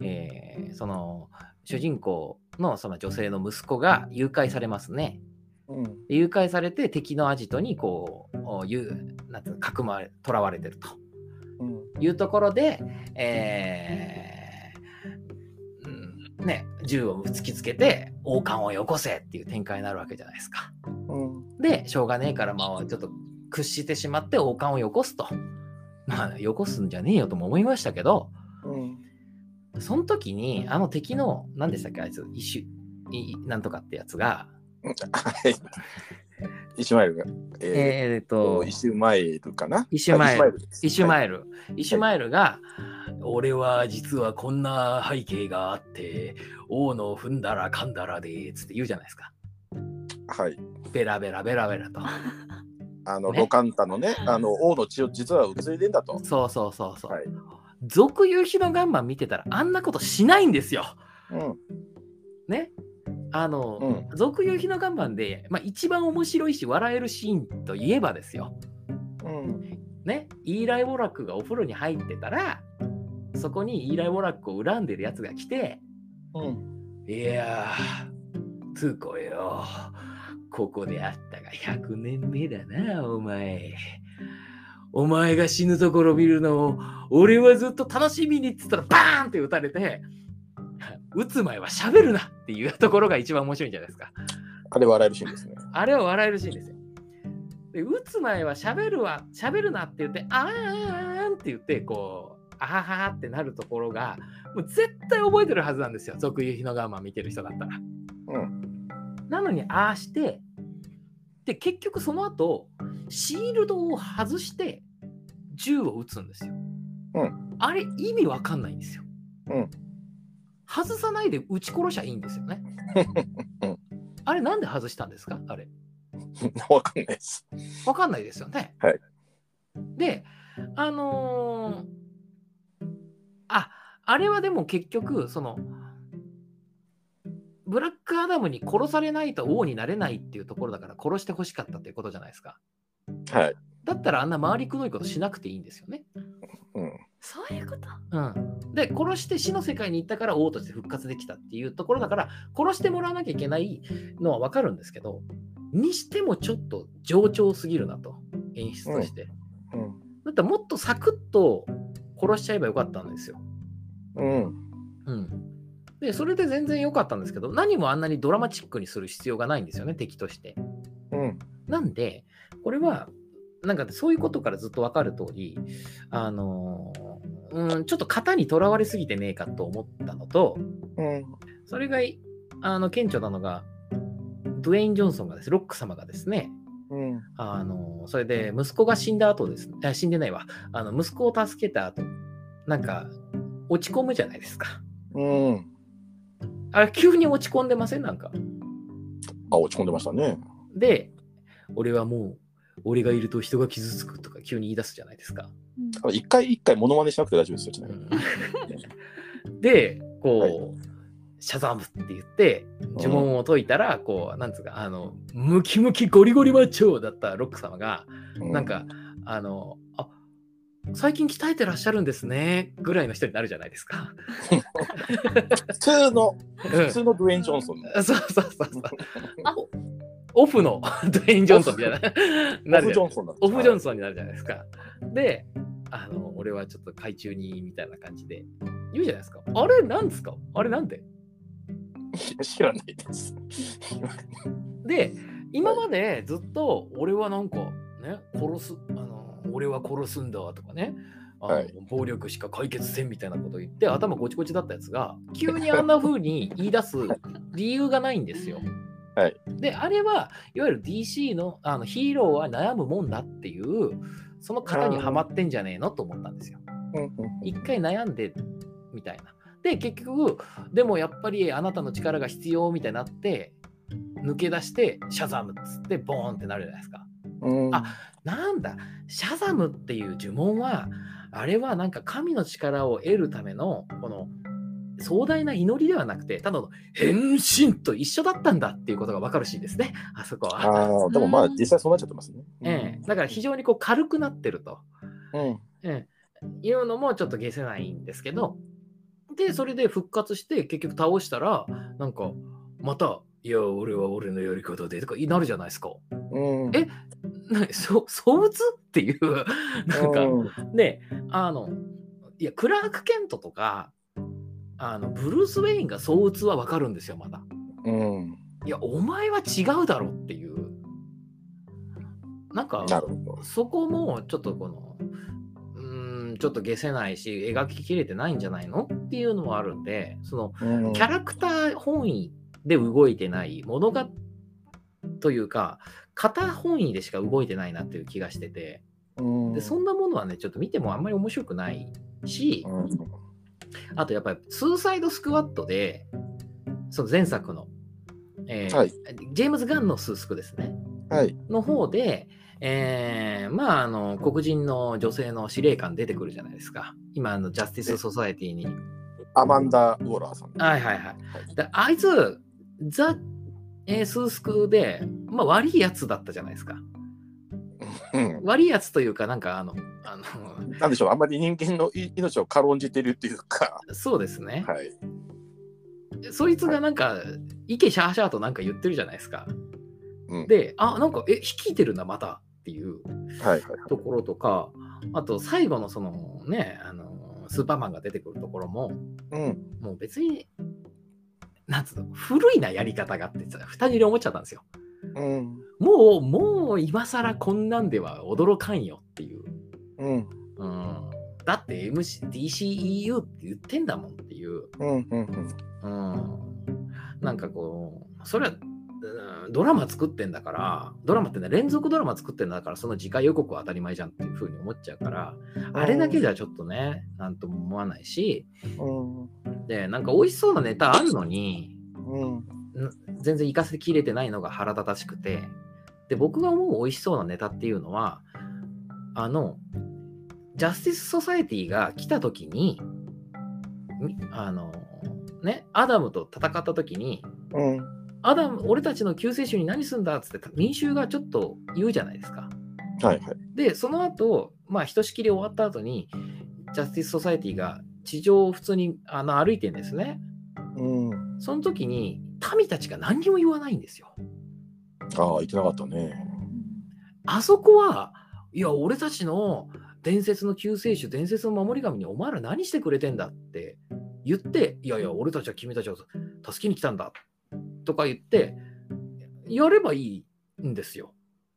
Speaker 2: えーその、主人公のその女性の息子が誘拐されますね。
Speaker 3: うん。
Speaker 2: で誘拐されて敵のアジトにこうおいうなんていうのかくまれ囚われてると
Speaker 3: うん。
Speaker 2: いうところで、えーうんね、銃を突きつけて王冠をよこせっていう展開になるわけじゃないですか。
Speaker 3: うん。
Speaker 2: でしょうがねえからまあちょっと屈してしまって王冠をよこすと。まあよこすんじゃねえよとも思いましたけど
Speaker 3: うん。
Speaker 2: その時にあの敵の何でしたっけあいつ一種いなんとかってやつが
Speaker 3: はい。 イシュマエルが。え
Speaker 2: えーっ
Speaker 3: ー
Speaker 2: と
Speaker 3: イシュマエルかな
Speaker 2: イシュマエル
Speaker 3: はいです
Speaker 2: イシュマエル、イシュマエルが、俺は実はこんな背景があって、王の踏んだら噛んだらで、つって言うじゃないですか。
Speaker 3: はい。はい
Speaker 2: ベラベラベラベ ラと。
Speaker 3: あの、
Speaker 2: ね
Speaker 3: ロカンタのね、あの、王の血を実は受け継いでんだと。
Speaker 2: そうそうそうそう。
Speaker 3: はい
Speaker 2: 俗言うヒのガンマン見てたら、あんなことしないんですよ。
Speaker 3: うん。
Speaker 2: ね。あの、
Speaker 3: うん。
Speaker 2: 俗言うヒのガンマンで、まあ、一番面白いし、笑えるシーンといえばですよ。
Speaker 3: うん。
Speaker 2: ね、イーライ・ウォラックがお風呂に入ってたら、そこにイーライ・ウォラックを恨んでるやつが来て、
Speaker 3: うん。
Speaker 2: いやー、つーこよ。ここであったが100年目だな、お前。お前が死ぬところ見るのを、俺はずっと楽しみにっつったら、バーンって撃たれて、撃つ前は喋るなっていうところが一番面白いんじゃないですか。
Speaker 3: あれ笑えるシーンですね。
Speaker 2: あれは笑えるシーンですよ。で、打つ前は喋るわ、喋るなって言って、あーあーあーんって言って、こう、あはははってなるところが、もう絶対覚えてるはずなんですよ。俗言う日のガンマン見てる人だったら。
Speaker 3: うん。
Speaker 2: なのに、ああして、で、結局その後、シールドを外して、銃を撃つんですよ。
Speaker 3: うん
Speaker 2: あれ、意味わかんないんですよ。
Speaker 3: うん。
Speaker 2: 外さないで撃ち殺しゃいいんですよね
Speaker 3: うん
Speaker 2: あれ、なんで外したんですかあれ。
Speaker 3: わかんないです。
Speaker 2: わかんないですよね。
Speaker 3: はい
Speaker 2: で、あのーああれはでも結局そのブラックアダムに殺されないと王になれないっていうところだから殺してほしかったっていうことじゃないですか。
Speaker 3: はい。
Speaker 2: だったらあんな回りくどいことしなくていいんですよね。
Speaker 3: うん。
Speaker 1: そういうこと
Speaker 2: うん、で殺して死の世界に行ったから王として復活できたっていうところだから殺してもらわなきゃいけないのは分かるんですけどにしてもちょっと冗長すぎるなと演出として。
Speaker 3: うん。
Speaker 2: だったらもっとサクッと殺しちゃえばよかったんですよ。
Speaker 3: うん。
Speaker 2: うん、でそれで全然良かったんですけど何もあんなにドラマチックにする必要がないんですよね敵として。
Speaker 3: うん。
Speaker 2: なんでこれはなんかそういうことからずっと分かる通りあのーうんちょっと型にとらわれすぎてねえかと思ったのと
Speaker 3: うん。
Speaker 2: それがいあの顕著なのがドウェイン・ジョンソンがですロック様がですね
Speaker 3: うん。
Speaker 2: あのそれで息子が死んだ後ですあ死んでないわあの息子を助けた後なんか落ち込むじゃないですか
Speaker 3: うん。
Speaker 2: あれ急に落ち込んでませんなんか
Speaker 3: あ、落ち込んでましたね。
Speaker 2: で俺はもう俺がいると人が傷つくとか急に言い出すじゃないですか、
Speaker 3: あの一回一回モノマネしなくて大丈夫ですよちな
Speaker 2: う
Speaker 3: みに。
Speaker 2: んでこう、シャザムって言って呪文を解いたらこうなんつうかあのムキムキゴリゴリマッチョだったロック様が
Speaker 3: う
Speaker 2: なん。か、あの、あ最近鍛えてらっしゃるんですねぐらいの人になるじゃないですか。
Speaker 3: 普通の、
Speaker 2: うん
Speaker 3: 普通のドゥエイン・ジョンソン。
Speaker 2: そうそうそうそう
Speaker 1: あ。
Speaker 2: オフ の ドウェイン・ジョンソンみたいな。な
Speaker 3: オ
Speaker 2: る
Speaker 3: フ・
Speaker 2: じ
Speaker 3: ジ
Speaker 2: ゃ
Speaker 3: ョ
Speaker 2: ん
Speaker 3: ンソンだった
Speaker 2: オフ・ジョンソンになるじゃないですか。で、あの俺はちょっと海中にみたいな感じで言うじゃないですかあれなんですかあれなんで
Speaker 3: いや知らないです。
Speaker 2: で今までずっと俺はなんかね殺すあの俺は殺すんだとかねあの、
Speaker 3: はい
Speaker 2: 暴力しか解決せんみたいなこと言って頭ごちごちだったやつが急 にあんな風に言い出す理由がないんですよ。
Speaker 3: はい
Speaker 2: であれはいわゆる DC のあのヒーローは悩むもんだっていうその型にはまってんじゃねえのと思ったんですよ。
Speaker 3: うんうん
Speaker 2: 一回悩んでみたいな。で結局でもやっぱりあなたの力が必要みたいになって抜け出してシャザムっつってボーンってなるじゃないですか。
Speaker 3: うん
Speaker 2: あなんだシャザムっていう呪文はあれはなんか神の力を得るためのこの壮大な祈りではなくてただの変身と一緒だったんだっていうことが分かるシーンですねあそこは。
Speaker 3: あーでもまあ実際そうなっちゃってますね。
Speaker 2: ええ、だから非常にこう軽くなってると。
Speaker 3: うん
Speaker 2: ええ、いうのもちょっと消せないんですけど、で、それで復活して、結局倒したら、なんか、また、いや、俺は俺のやり方でとかなるじゃないですか。
Speaker 3: うん
Speaker 2: えなそ相打つっていう、 なんか、
Speaker 3: うん
Speaker 2: で、あの、いや、クラーク・ケントとか、あのブルース・ウェインが相打つはわかるんですよ、まだ。
Speaker 3: うん、
Speaker 2: いや、お前は違うだろっていう。なんか、
Speaker 3: なるほ
Speaker 2: そこもちょっとこのうーんちょっと消せないし描ききれてないんじゃないのっていうのもあるんでその
Speaker 3: ど。うん
Speaker 2: キャラクター本位で動いてない物がというか型本位でしか動いてないなっていう気がしてて
Speaker 3: うん
Speaker 2: でそんなものはねちょっと見てもあんまり面白くないし
Speaker 3: うん
Speaker 2: あとやっぱりスーサイドスクワットでその前作の、えー
Speaker 3: はい
Speaker 2: ジェームズ・ガンのスースクですね
Speaker 3: はい。
Speaker 2: の方で、えーまあ、あの黒人の女性の司令官出てくるじゃないですか今あのジャスティス・ソサエティに。
Speaker 3: アマンダ・ウォーラーさん。
Speaker 2: はいはいはい。であいつザ、えースースクで、まあ、悪いやつだったじゃないですか。
Speaker 3: うん
Speaker 2: 悪いやつというかなんかあのあの
Speaker 3: なんでしょう、あんまり人間のい命を軽んじてるっていうか、
Speaker 2: そうですね、
Speaker 3: はい。
Speaker 2: そいつがなんか意見シャーシャーとなんか言ってるじゃないですか。
Speaker 3: うん
Speaker 2: であなんかえ率いてるんだまたっていう。
Speaker 3: はいはい
Speaker 2: ところとか、あと最後のそのね、あのスーパーマンが出てくるところも、
Speaker 3: うん
Speaker 2: もう別に、なんつうの、古いなやり方がってさ、二人で思っちゃったんですよ。
Speaker 3: うん
Speaker 2: もう、もう今更こんなんでは驚かんよっていう。
Speaker 3: う
Speaker 2: う
Speaker 3: ん
Speaker 2: ん、だって MC DCEU って言ってんだもんっていう。
Speaker 3: うんうん
Speaker 2: うん、なんかこうそれはうんドラマ作ってんだからドラマってね連続ドラマ作ってんだからその次回予告は当たり前じゃんっていうふうに思っちゃうからあれだけじゃちょっとねなんとも思わないし
Speaker 3: うん
Speaker 2: でなんか美味しそうなネタあるのに
Speaker 3: うん
Speaker 2: 全然活かせきれてないのが腹立たしくてで僕が思う美味しそうなネタっていうのはあのジャスティス・ソサエティが来た時にみあのねアダムと戦った時に
Speaker 3: うん
Speaker 2: アダム俺たちの救世主に何すんだっつって民衆がちょっと言うじゃないですか。
Speaker 3: はいはい。
Speaker 2: でその後まあひとしきり終わった後にジャスティス・ソサエティが地上を普通にあの歩いてんですね。
Speaker 3: うん
Speaker 2: その時に民たちが何にも言わないんですよ。
Speaker 3: ああ、いけなかったね。
Speaker 2: あそこはいや俺たちの伝説の救世主伝説の守り神にお前ら何してくれてんだって言っていやいや俺たちは君たちを助けに来たんだとか言ってやればいいんですよ。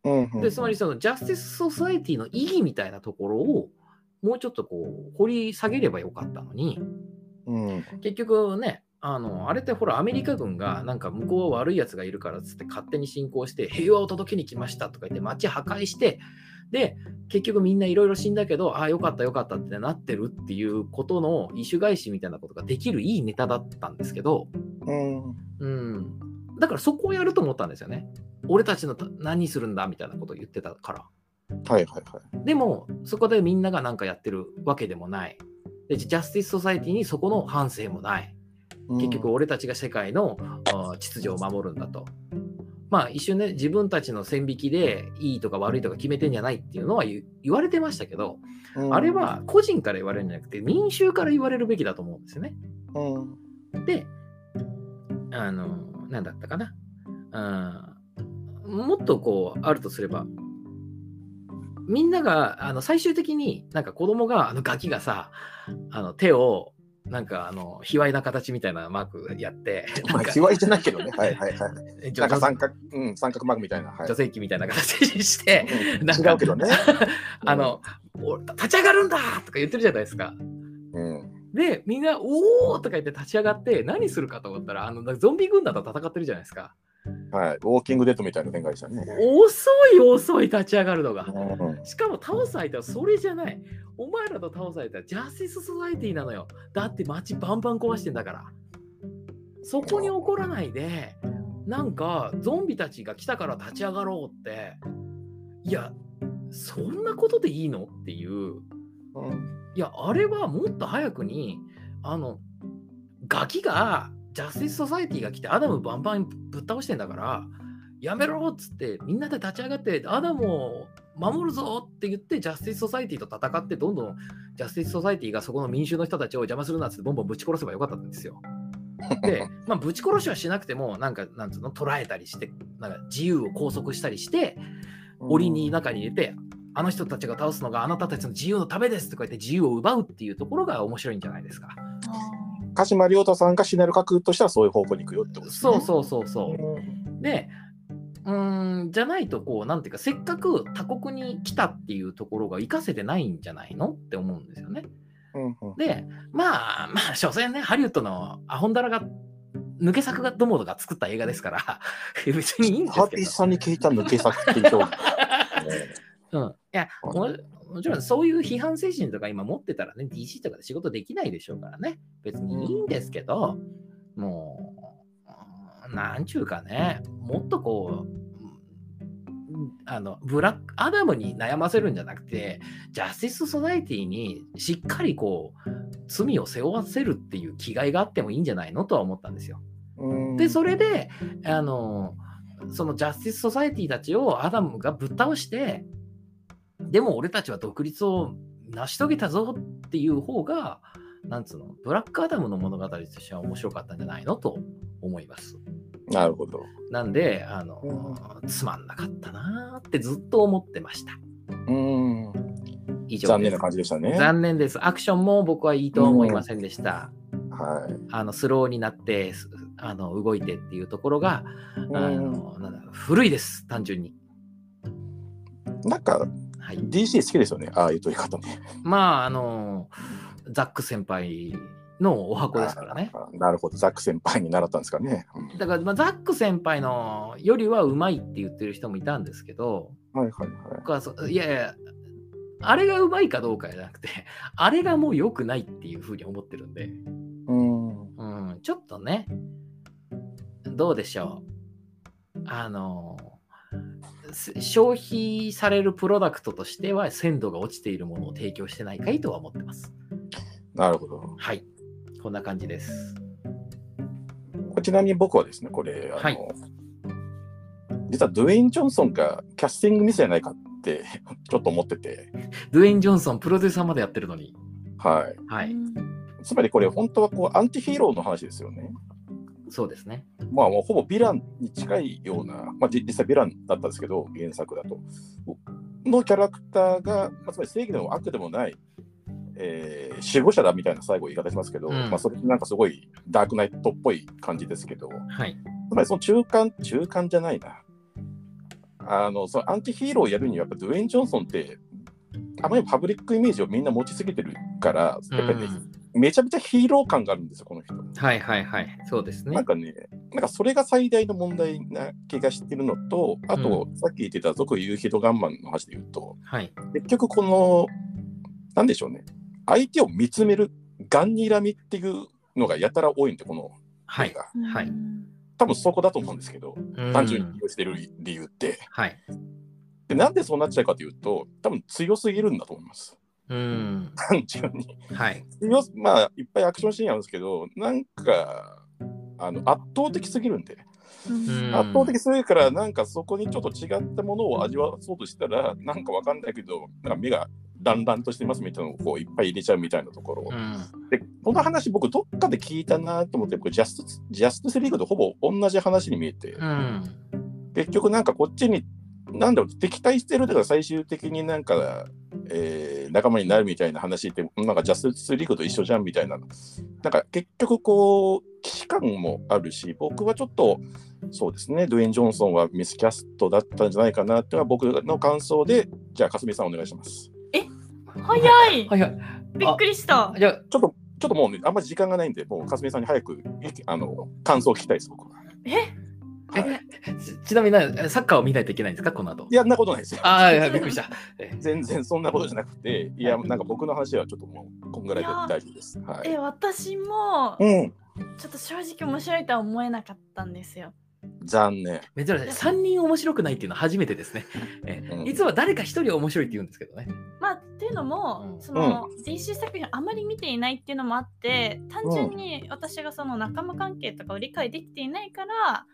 Speaker 3: うんう
Speaker 2: でつまりそのジャスティス・ソサエティの意義みたいなところをもうちょっとこう掘り下げればよかったのに
Speaker 3: うん
Speaker 2: 結局ねあのあれってほらアメリカ軍がなんか向こうは悪いやつがいるからっつって勝手に侵攻して平和を届けに来ましたとか言って街破壊してで結局みんないろいろ死んだけどああよかったよかったってなってるっていうことの異種返しみたいなことができるいいネタだったんですけど
Speaker 3: うん
Speaker 2: うんだからそこをやると思ったんですよね俺たちのた何するんだみたいなことを言ってたから
Speaker 3: はいはいは
Speaker 2: でもそこでみんなが何かやってるわけでもない。でジャスティス・ソサエティにそこの反省もない。
Speaker 3: い。
Speaker 2: 結局俺たちが世界の、あー秩序を守るんだと。まあ一瞬ね自分たちの線引きでいいとか悪いとか決めてんじゃないっていうのは言う言われてましたけど、
Speaker 3: うん
Speaker 2: あれ、は個人から言われるんじゃなくて民衆から言われるべきだと思うんですよね。
Speaker 3: うん
Speaker 2: で、あの、なんだったかな。あーもっとこう、あるとすれば、みんながあの最終的になんか子供があのガキがさあの手をなんかあの卑猥な形みたいなマークやって
Speaker 3: ま
Speaker 2: な
Speaker 3: あ、
Speaker 2: んか
Speaker 3: 卑猥じゃないけどね。はいは いはい。
Speaker 2: 女
Speaker 3: なんか三角、うん、三角マークみたいな。はい
Speaker 2: 女。性器みたいな形にして
Speaker 3: うん
Speaker 2: なんか
Speaker 3: 違うけどね。
Speaker 2: あの、お立ち上がるんだとか言ってるじゃないですか。
Speaker 3: うん。
Speaker 2: で、みんな、おーとか言って立ち上がって、何するかと思ったら、あのゾンビ軍団と戦ってるじゃないですか。
Speaker 3: はい。ウォーキングデッドみたいな展開でしたね。
Speaker 2: 遅い、遅い、立ち上がるのが。
Speaker 3: うん
Speaker 2: しかも倒す相手はそれじゃない。お前らと倒す相手はジャスティス・ソサエティなのよ。だって街バンバン壊してんだから。そこに怒らないで、なんかゾンビたちが来たから立ち上がろうって、いや、そんなことでいいのっていう。
Speaker 3: うん。
Speaker 2: いや、あれはもっと早くに、あの、ガキが、ジャスティス・ソサエティが来て、アダムバンバンぶっ倒してんだから、やめろっつって、みんなで立ち上がって、アダムを守るぞって言って、ジャスティス・ソサエティと戦って、どんどんジャスティス・ソサエティがそこの民衆の人たちを邪魔するなっつって、ボンボンぶち殺せばよかったんですよ。で、まあ、ぶち殺しはしなくても、なんか、なんつうの、捕らえたりして、なんか自由を拘束したりして、檻に中に入れて、あの人たちが倒すのがあなたたちの自由のためですとか言って自由を奪うっていうところが面白いんじゃないですか。
Speaker 3: 鹿島亮太さんがシナリオ書くとしたらそういう方向に行くよってことですね。
Speaker 2: そうそうそうそう。
Speaker 3: うん
Speaker 2: で、うーん、じゃないとこう、なんていうか、せっかく他国に来たっていうところが活かせてないんじゃないのって思うんですよね。
Speaker 3: うんうん
Speaker 2: で、まあ、まあ、所詮ね、ハリウッドのアホンダラが、抜け作がどもが作った映画ですから、 別にいいんで
Speaker 3: ハ
Speaker 2: す
Speaker 3: ー
Speaker 2: け
Speaker 3: ピー
Speaker 2: ど。
Speaker 3: さんに聞いたの、傑作っていう表 現。ね
Speaker 2: うん、いや
Speaker 3: はい
Speaker 2: ももちろんそういう批判精神とか今持ってたらね DC とかで仕事できないでしょうからね別にいいんですけど、もううんなんちゅうかねもっとこううんあのブラックアダムに悩ませるんじゃなくてジャスティス・ソサイティにしっかりこう罪を背負わせるっていう気概があってもいいんじゃないのとは思ったんですよ。
Speaker 3: うん
Speaker 2: でそれであのそのジャスティス・ソサエティたちをアダムがぶっ倒してでも俺たちは独立を成し遂げたぞっていう方がなんつうのブラックアダムの物語としては面白かったんじゃないのと思います。
Speaker 3: なるほど。
Speaker 2: なんであの、つまんなかったなーってずっと思ってました。
Speaker 3: うん。
Speaker 2: 以上です
Speaker 3: 残念な感じでしたね。
Speaker 2: 残念です。アクションも僕はいいとは思いませんでした。
Speaker 3: はい。
Speaker 2: あのスローになってすあの動いてっていうところが、
Speaker 3: うん
Speaker 2: あのなんだろう古いです単純に、
Speaker 3: なんか
Speaker 2: はい、
Speaker 3: DC 好きですよね。ああいう撮り方ね。
Speaker 2: まああのザック先輩のお箱ですからね
Speaker 3: あーなるほど。ザック先輩に習ったんですかね。
Speaker 2: だから、まあ、ザック先輩のよりはうまいって言ってる人もいたんですけど
Speaker 3: はいはいはい。
Speaker 2: 僕はそいやいやあれがうまいかどうかじゃなくてあれがもう良くないっていうふうに思ってるんで、
Speaker 3: うん。
Speaker 2: うん、ちょっとねどうでしょうあのす消費されるプロダクトとしては鮮度が落ちているものを提供してないかいとは思ってます
Speaker 3: なるほど。
Speaker 2: はいこんな感じです
Speaker 3: ちなみに僕はですね、これ、あの、
Speaker 2: はい
Speaker 3: 実はドウェイン・ジョンソンがキャスティングミスじゃないかって ちょっと思ってて、
Speaker 2: ドゥエイン・ジョンソンプロデューサーまでやってるのに
Speaker 3: は
Speaker 2: は
Speaker 1: う
Speaker 2: い
Speaker 1: ん
Speaker 3: い。つまりこれ、本当はこうアンティヒーローの話ですよね。
Speaker 2: そうですね
Speaker 3: まあ、もうほぼヴィランに近いような、まあ、じ実際ヴィランだったんですけど、原作だと。のキャラクターが、まあ、つまり正義でも悪でもない、えー守護者だみたいな最後言い方しますけど、
Speaker 2: うん
Speaker 3: まあ、それなんかすごいダークナイトっぽい感じですけど、
Speaker 2: はい
Speaker 3: つまりその中間、中間じゃないな。あの、そのアンティヒーローをやるには、やっぱドゥエイン・ジョンソンって、あまりパブリックイメージをみんな持ちすぎてるから、やっぱりね、
Speaker 2: うん
Speaker 3: めちゃめちゃヒーロー感があるんですよ、この人。
Speaker 2: はいはいはいそうです
Speaker 3: な
Speaker 2: ね
Speaker 3: んかね、なんかそれが最大の問題な気がしてるのと、あと、さっき言ってた俗夕日とガンマンの話で言うと、
Speaker 2: はい
Speaker 3: 結局この、なんでしょうね、相手を見つめる、ガンにらみっていうのがやたら多いんで、この
Speaker 2: は
Speaker 3: 映
Speaker 2: い
Speaker 3: 画。
Speaker 2: はい
Speaker 3: 多分そこだと思うんですけど、単純に
Speaker 2: うん
Speaker 3: 利用してる理由って。
Speaker 2: はい
Speaker 3: で、なんでそうなっちゃうかというと、多分強すぎるんだと思い ます。
Speaker 2: うん
Speaker 3: 単純に。
Speaker 2: はい
Speaker 3: 強すまあ、いっぱいアクションシーンあるんですけど、なんか、あの圧倒的すぎるんで、
Speaker 2: うん
Speaker 3: 圧倒的すぎるから、なんかそこにちょっと違ったものを味わそうとしたら、なんかわかんないけど、なんか目がだんだんとしてますみたいなのをこういっぱい入れちゃうみたいなところ。
Speaker 2: うん
Speaker 3: で、この話、僕、どっかで聞いたなと思って、僕ジャスト、ジャスティスリーグとほぼ同じ話に見えて。
Speaker 2: うん
Speaker 3: 結局なんかこっちになんだろう、敵対してるとか最終的になんか、えー仲間になるみたいな話って、なんかジャスティスリーグと一緒じゃんみたいな、なんか結局こう、既視感もあるし、僕はちょっと、そうですね、ドゥエイン・ジョンソンはミスキャストだったんじゃないかなっていうのは僕の感想で、じゃあ、かすみさんお願いします。
Speaker 1: 早い
Speaker 2: はいはい。
Speaker 1: びっくりした
Speaker 2: あ。じゃあ
Speaker 3: ちょっと、ちょっともうね、あんまり時間がないんで、もうかすみさんに早くいあの感想を聞きたいです、僕は。
Speaker 2: ちちなみになサッカーを見ないといけないんですか、この後
Speaker 3: い。や、そんなことないですよ。
Speaker 2: ああ、いやびっくりした。え
Speaker 3: 全然そんなことじゃなくて、いや、なんか僕の話はちょっともう、こんぐらいで大丈夫です。はい。
Speaker 1: え、私も、
Speaker 3: うん、
Speaker 1: ちょっと正直面白いとは思えなかったんですよ。
Speaker 3: 残念。
Speaker 2: 珍しい。3人面白くないっていうのは初めてですね。え
Speaker 3: うん
Speaker 2: いつもは誰か1人面白いって言うんですけどね。
Speaker 1: まあ、っていうのも、
Speaker 2: うん
Speaker 1: その、DC 作品をあまり見ていないっていうのもあって、単純に私がその仲間関係とかを理解できていないから、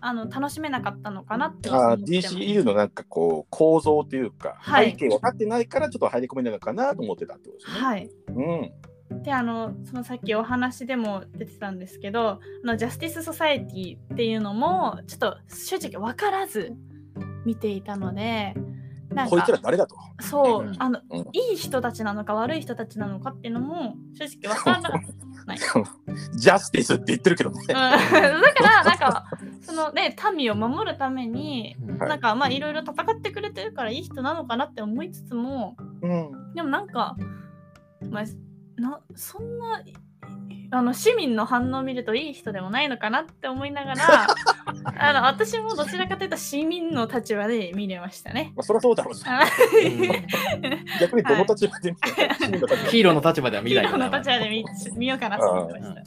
Speaker 1: あの、楽しめなかったのかなって思
Speaker 3: あ
Speaker 1: ってます
Speaker 3: DCU のなんかこう構造というか、
Speaker 1: はい
Speaker 3: 背景分かってないからちょっと入り込めないのかなと思ってたってことですね。
Speaker 1: はい。
Speaker 3: うん、
Speaker 1: であのそのさっきお話でも出てたんですけどあのジャスティス・ソサエティっていうのもちょっと正直分からず見ていたのでなん
Speaker 3: こい
Speaker 1: か
Speaker 3: つら誰だと。
Speaker 1: そううんあの
Speaker 3: うん
Speaker 1: いい人たちなのか悪い人たちなのかっていうのも正直分からなかった。
Speaker 3: ジャスティスって言ってるけどね。
Speaker 1: うん だからなんかそのね民を守るために
Speaker 2: うん
Speaker 3: はい
Speaker 1: なんかまあいろいろ戦ってくれてるからいい人なのかなって思いつつも
Speaker 3: うん、
Speaker 1: でもなんか、まあ、なそんないあの市民の反応を見るといい人でもないのかなって思いなが らあの私もどちらかというと市民の立場で見れましたね。
Speaker 3: まあ、そりゃそうだろうし、
Speaker 1: あ
Speaker 3: 逆にどの立場で見たの市民の立場
Speaker 2: ヒーローの立場では見
Speaker 1: ヒ
Speaker 2: ない
Speaker 1: ーロー
Speaker 2: か
Speaker 1: の
Speaker 2: な。
Speaker 1: 立場で見見ようかなと思ってました。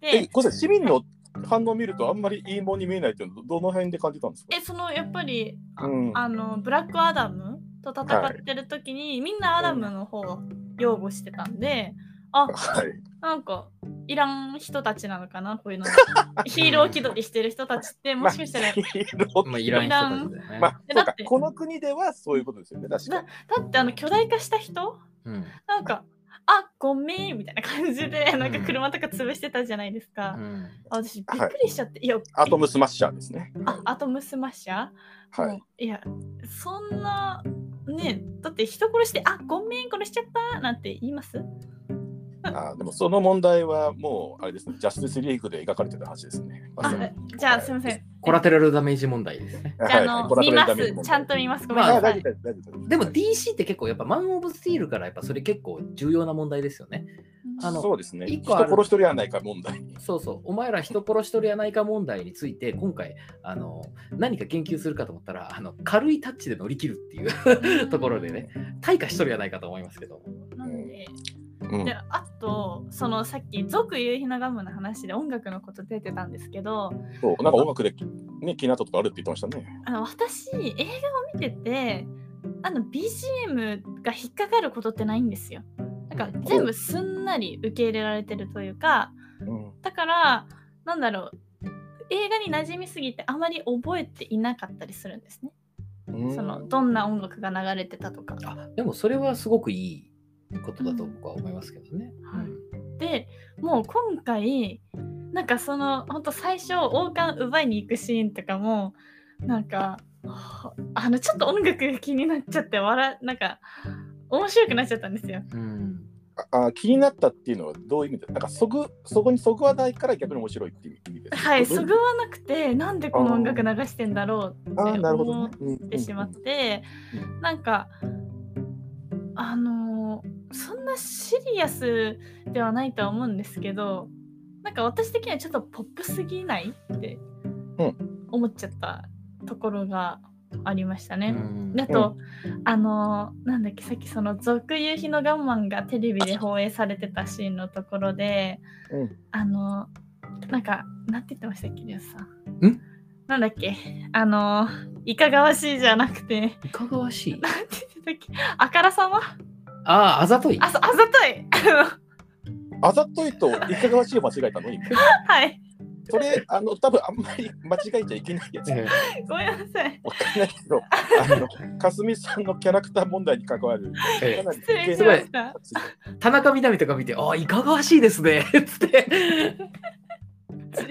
Speaker 3: え、
Speaker 1: で
Speaker 3: これ市民の反応を見るとあんまりいいもんに見えないっていうのはどどの辺で感じたんですか
Speaker 1: えそのやっぱり、あ
Speaker 3: うん
Speaker 1: あのブラックアダムと戦ってる時に、みんなアダムの方を擁護してたんであ
Speaker 3: はい。
Speaker 1: なんか、いらん人たちなのかな、 こういうの。ヒーロー気取りしてる人たちって、もしかしたら、
Speaker 3: ヒー ロー
Speaker 2: まあ、いらん人たちだよね。
Speaker 3: まあ、
Speaker 1: え
Speaker 3: そ
Speaker 1: だ
Speaker 3: う
Speaker 1: っ
Speaker 3: か
Speaker 1: て、
Speaker 3: この国ではそういうことですよね、確かに。
Speaker 1: だってあの巨大化した人、
Speaker 2: うん
Speaker 1: なんか、あごめんみたいな感じで、なんか
Speaker 2: うん
Speaker 1: 車とか潰してたじゃないですか。
Speaker 2: うん
Speaker 1: あ私、びっくりしちゃって、い、や、
Speaker 3: アトムスマッシャーですね。
Speaker 1: あアトムスマッシャー、
Speaker 3: は
Speaker 1: もう
Speaker 3: い。
Speaker 1: いや、そんな、ね、だって人殺して、あごめん、殺しちゃったなんて言います
Speaker 3: あーでもその問題はもうあれですね、ジャスティスリーグで描かれてた話ですね。ま
Speaker 1: あ
Speaker 3: さに
Speaker 1: じゃあ、すみません。じ
Speaker 2: コラテラルダメージ問題ですね。
Speaker 1: ゃあ、あの、見ます。ちゃんと見ます。ごめん
Speaker 3: あ
Speaker 1: な
Speaker 3: あ
Speaker 1: さ
Speaker 3: 大
Speaker 1: い。
Speaker 3: 丈夫です大丈夫です
Speaker 2: でも DC って結構やっぱマン・オブ・スティールからやっぱそれ結構重要な問題ですよね。あの
Speaker 3: そうですね。
Speaker 2: 一
Speaker 3: 人
Speaker 2: 個ある
Speaker 3: 殺しとりやないか問題。
Speaker 2: そうそう、お前ら人殺しとるやないか問題について今回あの何か言及するかと思ったらあの軽いタッチで乗り切るっていう ところでね、退化しとるやないかと思いますけど。
Speaker 1: なんで、
Speaker 3: うん
Speaker 1: であとそのさっき「俗夕日のガム」の話で音楽のこと出てたんですけど
Speaker 3: そうなんか音楽でね気になったとかあるって言ってましたね。
Speaker 1: あの私映画を見ててあの BGM が引っかかることってないんですよ。なんか全部すんなり受け入れられてるというか
Speaker 3: うん
Speaker 1: だからなんだろう映画に馴染みすぎてあまり覚えていなかったりするんですね。
Speaker 3: うん
Speaker 1: そのどんな音楽が流れてたとか。
Speaker 2: あでもそれはすごくいいことだと僕は思いますけどね。
Speaker 1: はいでもう今回なんかそのほんと最初王冠奪いに行くシーンとかもなんかはあのちょっと音楽が気になっちゃって笑なんか面白くなっちゃったんですよ。
Speaker 2: うんうん
Speaker 3: ああ気になったっていうのはどういう意味でなんかそぐそこにそぐわないから逆に面白いっていう意味です。
Speaker 1: はい、
Speaker 3: どう
Speaker 1: そうぐわなくてなんでこの音楽流してんだろう
Speaker 3: あーなるほ
Speaker 1: 思
Speaker 3: ど
Speaker 1: っ
Speaker 3: ね。うんうんうん
Speaker 1: ってしまってなんかあのーそんなシリアスではないとは思うんですけどなんか私的にはちょっとポップすぎないって
Speaker 3: うん
Speaker 1: 思っちゃったところがありました
Speaker 2: う
Speaker 1: ね。
Speaker 2: ん
Speaker 1: あと、あのーなんだっけさっきその「俗夕日のガンマン」がテレビで放映されてたシーンのところで、
Speaker 3: うん
Speaker 1: あのーなんかなんて言ってましたっけリュウさん
Speaker 2: ん
Speaker 1: なんだっけあのーいかがわしいじゃなくて
Speaker 2: いかがわしい
Speaker 1: なんて言ってたっけあからさま
Speaker 2: ああ、あざとい。
Speaker 1: あそあざとい
Speaker 3: あざといといかがわしいを間違えたの今。
Speaker 1: はい
Speaker 3: それあの多分あんまり間違えちゃいけないやつ。
Speaker 2: ええ
Speaker 1: ごめんなさい
Speaker 3: わかんないけど、あの、かすみさんのキャラクター問題に関わる。
Speaker 2: ええ
Speaker 3: かなり
Speaker 1: 失礼し
Speaker 3: 危
Speaker 1: ま
Speaker 3: 険
Speaker 1: した
Speaker 3: な発言
Speaker 2: 田中みな実とか見て、ああ、いかがわしいですね。 つって。
Speaker 3: ど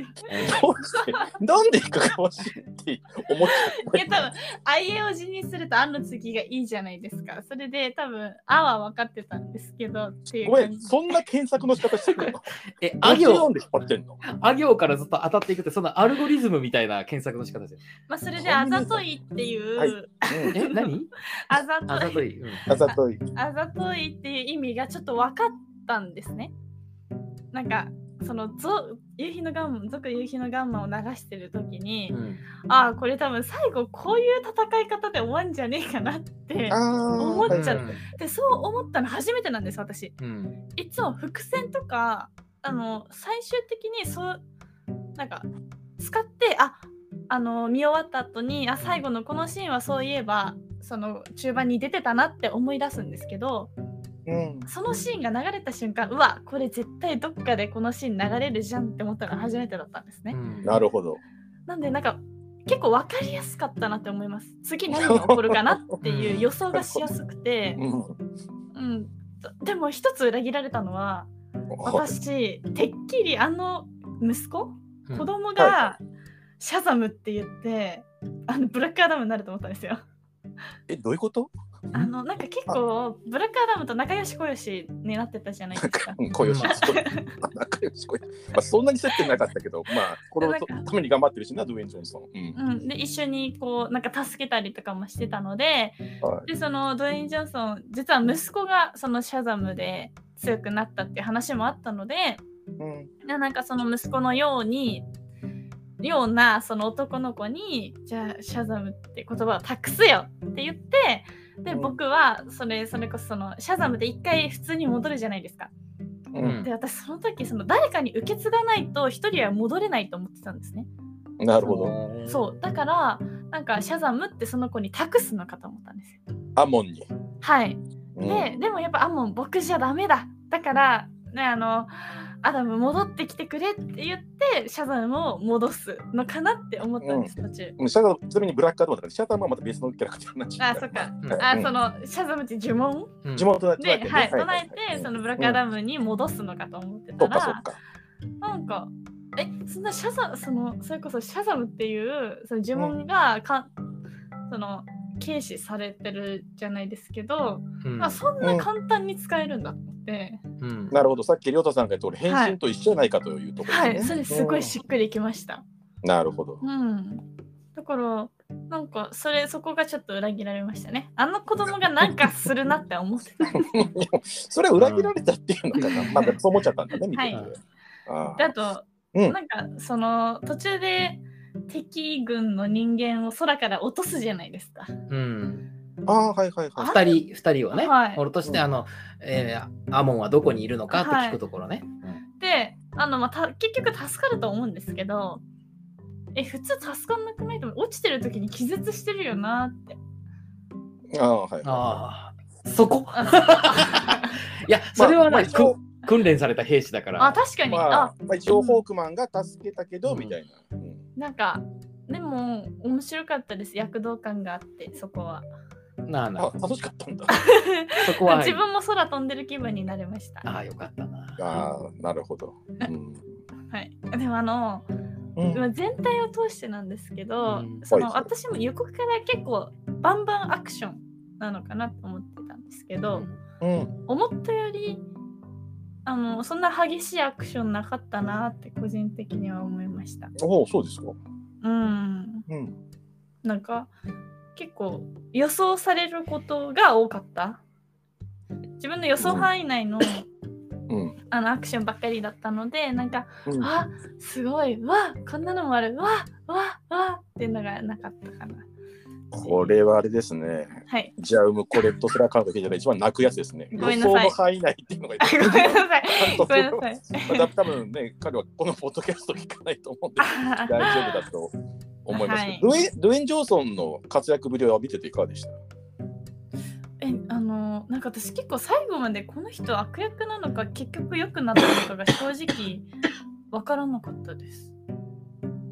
Speaker 3: うして、なんでいかがわしいってって思っち
Speaker 1: い
Speaker 3: ゃ。
Speaker 1: や多分あいうえお辞にすると「あ」の次がいいじゃないですかそれで多分「あ」は分かってたんですけどっていうう
Speaker 3: ごめ
Speaker 1: 感
Speaker 3: ん、
Speaker 1: じ
Speaker 3: そんな検索の仕方してくるの
Speaker 2: え、あ
Speaker 3: あ
Speaker 2: 行
Speaker 3: 行、で引っ張ってんの
Speaker 2: あ行からずっと当たっていくって、そのアルゴリズムみたいな検索の仕方ですよ。
Speaker 1: まあ、それで「あざとい」っていう、
Speaker 3: はいうん
Speaker 2: え、 何
Speaker 1: あざと
Speaker 2: あざ
Speaker 1: い
Speaker 2: とい。うん
Speaker 3: あざとい。
Speaker 1: あざといっていう意味がちょっと分かったんですねなんかそのぞ夕日のガンマ族夕日のガンマを流してる時に、
Speaker 2: うん
Speaker 1: ああこれ多分最後こういう戦い方で終わんじゃねえかなって
Speaker 3: ああ。
Speaker 1: 思っちゃ
Speaker 3: う。
Speaker 1: うでそう思ったの初めてなんです私
Speaker 2: うん
Speaker 1: いつも伏線とかあの最終的にそうなんか使ってああの見終わった後にあ最後のこのシーンはそういえばその中盤に出てたなって思い出すんですけど
Speaker 3: うん。
Speaker 1: そのシーンが流れた瞬間うわこれ絶対どっかでこのシーン流れるじゃんって思ったのが初めてだったんです
Speaker 2: う
Speaker 1: ね。
Speaker 2: ん
Speaker 3: なるほど。
Speaker 1: なんでなんか結構分かりやすかったなって思います。次何が起こるかなっていう予想がしやすくて
Speaker 3: う、ん。
Speaker 1: うん、でも一つ裏切られたのは私てっきりあの息子
Speaker 2: うん
Speaker 1: 子供
Speaker 3: は
Speaker 1: がシャザムって言ってあのブラックアダムになると思ったんですよ。
Speaker 3: え、どういうこと
Speaker 1: あのなんか結構ブラックアダムと仲良し小良しになってたじゃないですか。
Speaker 3: うん小吉。ちょっとまあ仲良し小吉。まあ、そんなに接点なかったけど、まあ、この
Speaker 1: なんか
Speaker 3: ために頑張ってるしな、ドゥエイン・ジョンソン。うん
Speaker 1: うん、で一緒にこうなんか助けたりとかもしてたので
Speaker 3: は
Speaker 1: でそのドウェイン・ジョンソン実は息子がそのシャザムで強くなったっていう話もあったので
Speaker 3: うん
Speaker 1: でなんかその息子のようにようなその男の子にじゃあシャザムって言葉を託すよって言ってで
Speaker 3: うん
Speaker 1: 僕はそれそれこそそのシャザムで一回普通に戻るじゃないですか
Speaker 3: う
Speaker 1: で私その時その誰かに受け継がないと一人は戻れないと思ってたんですね
Speaker 3: ん。なるほど。
Speaker 2: ど
Speaker 1: そうだからなんかシャザムってその子に託すのかと思ったんですよ
Speaker 3: アモンに。
Speaker 1: はい
Speaker 3: うん
Speaker 1: で、でもやっぱアモン僕じゃダメだだからねあのアダム戻ってきてくれって言ってシャザムを戻すのかなって思ったんです途中、
Speaker 3: うんシャダちなみにブラックアドバだから、シャダーはまた別のキャラクターになっちゃ
Speaker 1: あ
Speaker 3: う。
Speaker 1: そっか
Speaker 2: うん
Speaker 1: あ
Speaker 3: うん
Speaker 1: そのシャザムって呪文
Speaker 2: うん
Speaker 3: 地元だ
Speaker 1: で、はい、唱えてそのブラックアダ
Speaker 3: ム。
Speaker 1: ムに戻すのかと思って
Speaker 3: そ
Speaker 1: た
Speaker 3: っかそっ
Speaker 1: ら、
Speaker 3: か。
Speaker 1: なんかえそんなシャザそのそれこそシャザムっていうその呪文がか、その軽視されてるじゃないですけど、
Speaker 2: うん
Speaker 1: あそんな簡単に使えるんだと思って。
Speaker 2: うん
Speaker 3: なるほど、さっき亮太さんが言った俺、変身と一緒じゃないかというところ
Speaker 1: は
Speaker 3: で
Speaker 1: い、
Speaker 3: す
Speaker 1: そ
Speaker 3: ね。
Speaker 1: れすごいしっくりきました。
Speaker 3: なるほど。
Speaker 1: うん。だから、なんか、それ、そこがちょっと裏切られましたね。あの子供がなんかするなって思って た。
Speaker 3: それは裏切られたっていうのかな、まだそう思っちゃったんだね、見てて。
Speaker 1: はい
Speaker 3: あ
Speaker 1: であと、
Speaker 3: うん
Speaker 1: なんか、その、途中で敵軍の人間を空から落とすじゃないですか。
Speaker 2: うん
Speaker 3: ああ、はいはいはい。
Speaker 2: 二人二人をね、
Speaker 1: はい
Speaker 2: 俺として
Speaker 3: うん
Speaker 2: あの、えーアモンはどこにいるのかと聞くところね。
Speaker 1: で、あの、まあ、た結局助かると思うんですけど、え、普通助かんなくないと思う落ちてる時に気絶してるよなって。
Speaker 3: ああ、はい。
Speaker 2: ああ、そこ。
Speaker 1: あ
Speaker 2: いや、それは
Speaker 3: まあ
Speaker 2: な、
Speaker 3: まあ一応
Speaker 2: く訓練された兵士だから。
Speaker 1: あ、確かに。
Speaker 3: ま
Speaker 1: あ
Speaker 3: あ、まあ、一応、ホークマンが助けたけど、
Speaker 2: うん
Speaker 3: みたいな。うん
Speaker 1: なんかでも面白かったです躍動感があってそこは
Speaker 2: なあな
Speaker 3: あ
Speaker 2: あ、
Speaker 3: 楽しかったんだ。
Speaker 2: そこは。
Speaker 1: 自分も空飛んでる気分になれました
Speaker 2: ああ、よかったな。
Speaker 3: ああ、なるほど。うん
Speaker 1: はいでもあの
Speaker 3: うん
Speaker 1: まあ全体を通してなんですけど、
Speaker 2: うん
Speaker 1: その
Speaker 3: はい
Speaker 1: 私も予告から結構バンバンアクションなのかなと思ってたんですけど、
Speaker 3: うん
Speaker 1: 思ったよりあのそんな激しいアクションなかったなって個人的には思いました
Speaker 3: おお、そうですか。
Speaker 1: うん
Speaker 3: うん
Speaker 1: なんか結構予想されることが多かった自分の予想範囲内 の
Speaker 3: うん
Speaker 1: あのアクションばっかりだったのでなんか
Speaker 3: うん
Speaker 1: あすごいうわこんなのもあるうわわわっていうのがなかったかな
Speaker 3: これはあれですね。
Speaker 1: はい
Speaker 3: ジャウムコレットスラカード聞いたら一番泣くやつですね。
Speaker 1: ごめんなさい
Speaker 3: 予想の範囲内っていうのが
Speaker 1: あごめんなさい
Speaker 3: ちゃ
Speaker 1: ご
Speaker 3: んと
Speaker 1: めんなさい
Speaker 3: まあだ多分ね、彼はこのポッドキャスト聞かないと思うんで
Speaker 1: あ
Speaker 3: 大丈夫だと思いますけど、
Speaker 1: は
Speaker 3: ドゥエンドゥエン・ジョンソンの活躍ぶりは見てていかがでした
Speaker 1: えあのなんか私結構最後までこの人悪役なのか結局良くなったのかが正直わからなかったです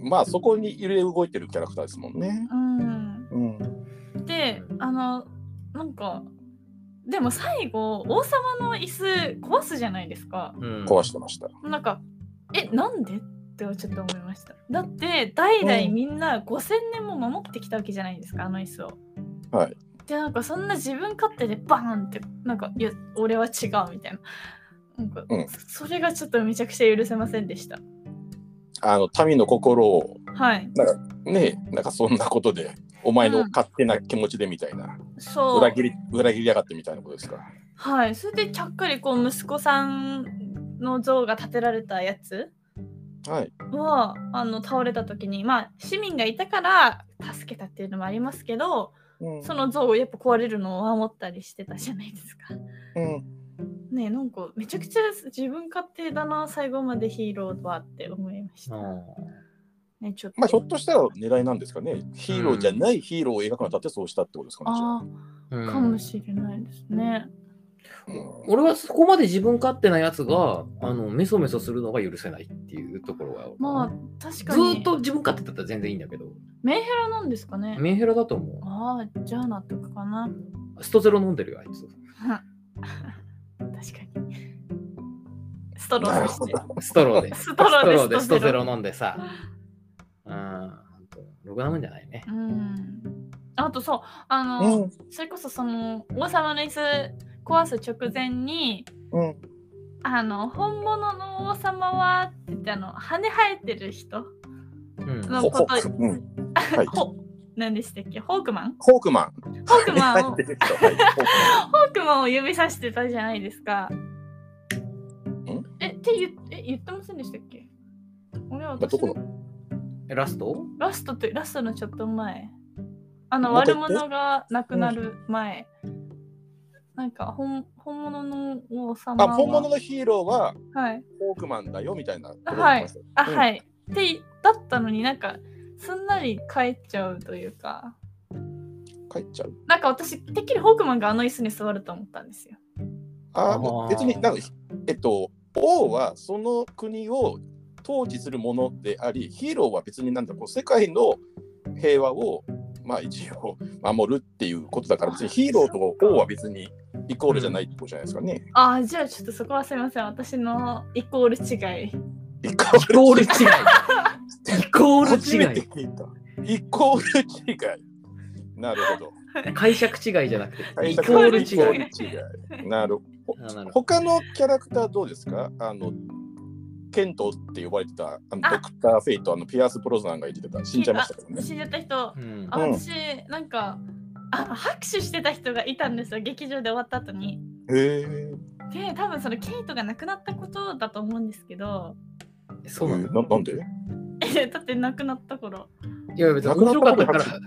Speaker 3: まあそこに揺れ動いてるキャラクターですもんね。
Speaker 1: うん
Speaker 3: うん、
Speaker 1: で
Speaker 2: うん
Speaker 1: あのなんかでも最後王様の椅子壊すじゃないですか
Speaker 2: うん
Speaker 3: 壊してました。
Speaker 1: なんかえなんでっってちょっと思いましただって代々みんな5,000年も守ってきたわけじゃないですかあの椅子を
Speaker 3: はい
Speaker 1: でなんかそんな自分勝手でバーンってなんかいや俺は違うみたいななんか、
Speaker 3: うん
Speaker 1: それがちょっとめちゃくちゃ許せませんでした
Speaker 3: あの民の心を
Speaker 1: はい
Speaker 3: ねなんかそんなことでお前の勝手な気持ちでみたいな、
Speaker 1: そう
Speaker 3: 裏切り裏切りやがってみたいなことですか
Speaker 1: はい、それでちゃっかりこう息子さんの像が建てられたやつ
Speaker 3: はい
Speaker 1: はあの倒れた時にまあ市民がいたから助けたっていうのもありますけど
Speaker 3: うん
Speaker 1: その像をやっぱ壊れるのを守ったりしてたじゃないですか。
Speaker 3: うん
Speaker 1: ねえなんかめちゃくちゃ自分勝手だな最後までヒーローはって思いました。ねちょっと、
Speaker 3: まあ、ひょっとしたら狙いなんですかねヒーローじゃないヒーローを描くにあたってそうしたってことですかね、じゃあ
Speaker 1: あ
Speaker 2: うん
Speaker 1: あかもしれないですね。
Speaker 3: うん
Speaker 2: 俺はそこまで自分勝手なやつがあのメソメソするのが許せないっていうところは
Speaker 1: まあ確か
Speaker 2: ず
Speaker 1: に
Speaker 2: ーっと自分勝手だったら全然いいんだけど
Speaker 1: メンヘラなんですかね。
Speaker 2: メンヘラだと思
Speaker 1: ああじゃあ納得かな。
Speaker 2: うストゼロ飲んでるよあいつ
Speaker 1: 確かに。ストローさして。
Speaker 2: ストローで
Speaker 1: ストローで
Speaker 2: ス
Speaker 1: ス
Speaker 2: ト
Speaker 1: ト
Speaker 2: ゼ
Speaker 1: ゼ
Speaker 2: ロ
Speaker 1: ロ
Speaker 2: 飲んでさうんほんとろくなもんじゃないね
Speaker 1: うん。あとそう、あの、
Speaker 3: うん
Speaker 1: それこそその王様の椅子壊す直前に、
Speaker 3: うん
Speaker 1: あの本物の王様はって言ってあの羽生えてる人、
Speaker 2: うん
Speaker 1: の
Speaker 3: ほほ
Speaker 1: こと
Speaker 3: うんはい
Speaker 1: ほ何でしたっけホーク マン
Speaker 3: ホークマン
Speaker 1: ホークマンを
Speaker 3: 入
Speaker 1: ホ
Speaker 3: ってる人はいホークマン
Speaker 1: ークマンを指さしてたじゃないですか。えって言っえ言ってませんでしたっけ俺は
Speaker 3: まあどこの
Speaker 2: えラスト
Speaker 1: ラストってラストのちょっと前あの
Speaker 3: もう一
Speaker 1: 悪
Speaker 3: 回
Speaker 1: 者がなくなる前、なんか本本物の王様
Speaker 3: あ
Speaker 1: は
Speaker 3: 本物のヒーローは
Speaker 1: はい
Speaker 3: ホークマンだよみたいなことを言ってましたよ
Speaker 1: あ、
Speaker 3: うん
Speaker 1: はいってだったのになんかすんなり帰っちゃうというか
Speaker 3: 帰っちゃう
Speaker 1: なんか私てっきりホークマンがあの椅子に座ると思ったんですよ
Speaker 3: あ
Speaker 2: あー
Speaker 3: ー別になんかえっと王はその国を統治するものでありヒーローは別になんだこう世界の平和をまあ一応守るっていうことだから別にヒーローと王は別にイコールじゃないってことじゃないですかね。
Speaker 1: あーじゃあちょっとそこはすいません私のイコール違い
Speaker 3: イコ
Speaker 2: イコール違い
Speaker 3: 違い
Speaker 2: イコ
Speaker 3: 初め
Speaker 2: ール
Speaker 3: て
Speaker 2: 違
Speaker 3: 聞いた。イコール違い。なるほど。
Speaker 2: い解釈違いじゃなくてイコール
Speaker 1: ル違い
Speaker 3: イコー
Speaker 2: 違い
Speaker 3: ル違いなるほど
Speaker 2: あなるほ
Speaker 3: 他のキャラクターどうですかあの、ケントって呼ばれてた、あの
Speaker 1: あ
Speaker 3: ドクター・フェイト、あのピアース・プロズナンが演じてた、死んじゃいましたけどね。
Speaker 1: 死んじゃった人
Speaker 2: どうん
Speaker 1: あ
Speaker 3: うん
Speaker 1: 私なんかあ拍手してた人がいたんですよ劇場で終わった後に
Speaker 3: へえ。
Speaker 1: で多分そのケイトが亡くなったことだと思うんですけど
Speaker 2: そうなんだ
Speaker 3: ななんで
Speaker 1: えだって亡くなった頃
Speaker 2: いや別に面白かったか
Speaker 3: なくな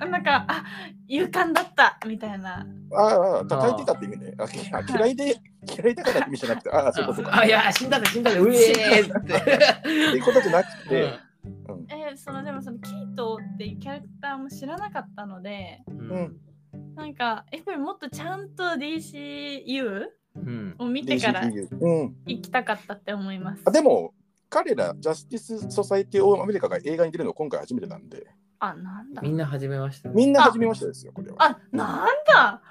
Speaker 2: ら
Speaker 1: なんかあ勇敢だったみたいな
Speaker 3: ああああ、叩いてたって意味ね。あけあ嫌いで、嫌いだからって意味じゃなくて、ああ、そういうことか。
Speaker 2: あいや死んだね死んだねうえーって
Speaker 3: っていうことじゃなくて、
Speaker 1: えーそのでもそのケイトっていうキャラクターも知らなかったので
Speaker 2: うん
Speaker 3: うん
Speaker 1: なんかやっぱりもっとちゃんと DCU
Speaker 2: うん
Speaker 1: を見てから
Speaker 3: うん、
Speaker 1: 行きたかったって思います
Speaker 3: あでも、彼ら、ジャスティス・ソサイティ・オブ・アメリカが映画に出るの今回初めてなんで、
Speaker 1: あなんだ
Speaker 2: みんな始めました
Speaker 3: みんな初めましてですよ、これは。
Speaker 1: あなんだ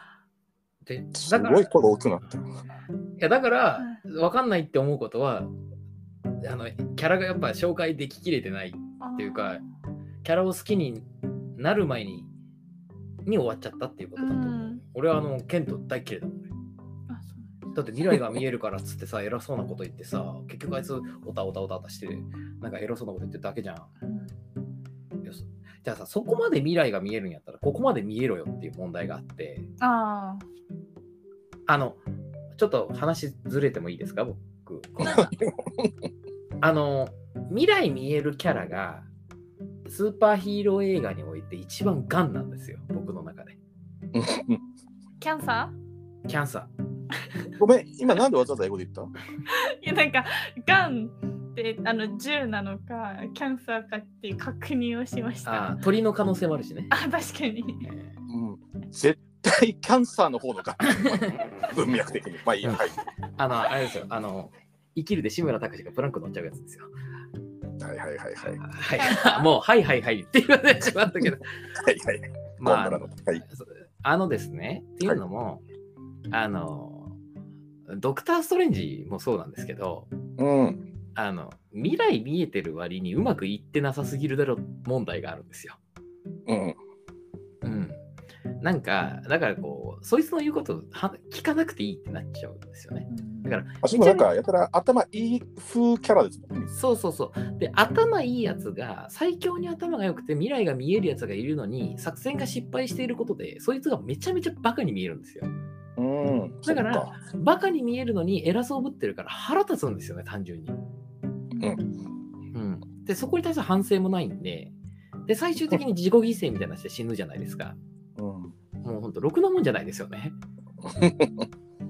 Speaker 2: でだ
Speaker 3: す
Speaker 2: か
Speaker 3: ご
Speaker 2: ら
Speaker 3: い声が大きくなった。
Speaker 2: いやだから分かんないって思うことはあのキャラがやっぱ紹介でききれてないっていうかキャラを好きになる前にに終わっちゃったっていうことだと思う、
Speaker 1: うん
Speaker 2: 俺はあのケント大嫌いだもんね
Speaker 1: ああそう
Speaker 2: だって未来が見えるからっつってさ偉そうなこと言ってさ結局あいつオタオタオタオタしてなんか偉そうなこと言ってるだけじゃん
Speaker 1: うん
Speaker 2: よそじゃあさそこまで未来が見えるんやったらここまで見えろよっていう問題があって
Speaker 1: あ
Speaker 2: あのちょっと話ずれてもいいですか僕あの未来見えるキャラがスーパーヒーロー映画において一番ガンなんですよ僕の中で
Speaker 1: ーキャンサー
Speaker 2: キャンサ
Speaker 3: ごめん、今なんでわざわざ英語で言った
Speaker 1: いやなんか、がんってあの銃なのか、キャンサーかっていう確認をしまし
Speaker 2: ーあ
Speaker 1: た。あ
Speaker 2: ー鳥の可能性もあるしね、
Speaker 1: 確かに。
Speaker 2: えー
Speaker 3: うん絶対キャンサーの方のか 文脈的に。まあいいや、はい。
Speaker 2: あのあれですよあの生きるで志村たかしがブランク乗っちゃうやつですよ。
Speaker 3: はいはいはいはい。
Speaker 2: はい、 もう、はいはいはいって言われてしまった けど、
Speaker 3: はいはい。
Speaker 2: まあ
Speaker 3: ゴンドラ、のはい。
Speaker 2: そあのですね、っていうのも、あの、ドクター・ストレンジもそうなんですけど、
Speaker 3: うん。
Speaker 2: あの未来見えてる割にうまくいってなさすぎるだろ問題があるんですよ。
Speaker 3: うん。
Speaker 2: うん。なんかだからこうそいつの言うことは聞かなくていいってなっちゃうんですよね。だから
Speaker 3: あ、しもなんか、やたら頭いい風キャラですもんね。
Speaker 2: そうそうそう。で、頭いいやつが、最強に頭が良くて未来が見えるやつがいるのに、作戦が失敗していることで、そいつがめちゃめちゃバカに見えるんですよ。
Speaker 3: うん。
Speaker 2: だから
Speaker 3: そっ
Speaker 2: バカに見えるのに偉そうぶってるから腹立つんですよね、単純に。うん。で、そこに対する反省もないんで、で、最終的に自己犠牲みたいなして死ぬじゃないですか。
Speaker 3: うん。
Speaker 2: もうほんと、ろくなもんじゃないですよね。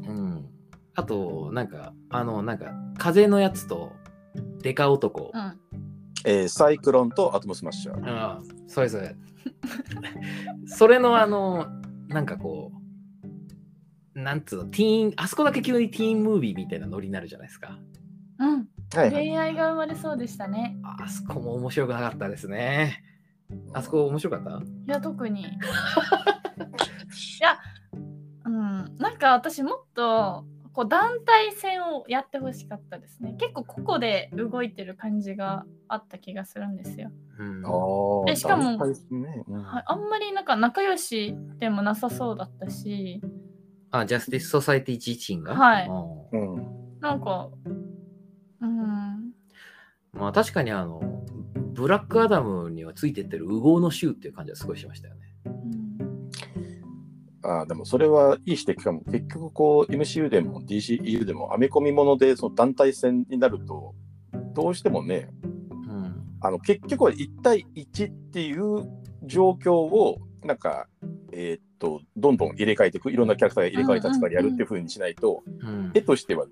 Speaker 2: うん。あと、なんか、あの、なんか、風のやつと、デカ男。
Speaker 1: うん
Speaker 3: えーサイクロンとアトムスマッシャー。
Speaker 2: ああ、それそれ。それのあの、なんかこう、なんつうの、ティーン、あそこだけ急にティーンムービーみたいなノリになるじゃないですか。
Speaker 1: うん、
Speaker 3: はいはい。
Speaker 1: 恋愛が生まれそうでしたね。
Speaker 2: ああそこも面白くなかったですね。あそこ面白かった
Speaker 1: いや、特に。いや、うん、なんか私もっとこう団体戦をやってほしかったですね。結構個々で動いてる感じがあった気がするんですよ。
Speaker 2: うん。
Speaker 3: ああ。
Speaker 1: えしかも
Speaker 3: 大体ねうん
Speaker 1: はい、あんまりなんか仲良しでもなさそうだったし、
Speaker 2: あ、ジャスティス・ソサイティ自身が。
Speaker 1: はい
Speaker 2: い。
Speaker 3: うん。
Speaker 1: なんか、うん、
Speaker 2: まあ確かにあの、ブラックアダムにはついてってる右往の衆っていう感じはすごいしましたよね。
Speaker 1: うん、
Speaker 3: ああ、でもそれはいい指摘かも。結局、こう、MCU でも DCEU でも、編み込みもので、その団体戦になると、どうしてもね、
Speaker 2: うん。
Speaker 3: あの結局は1対1っていう状況をなんか、えーっとどんどん入れ替えていくいろんなキャラクターが入れ替えたつかでやるっていう風にしないと、
Speaker 2: うん
Speaker 3: 絵としてはっ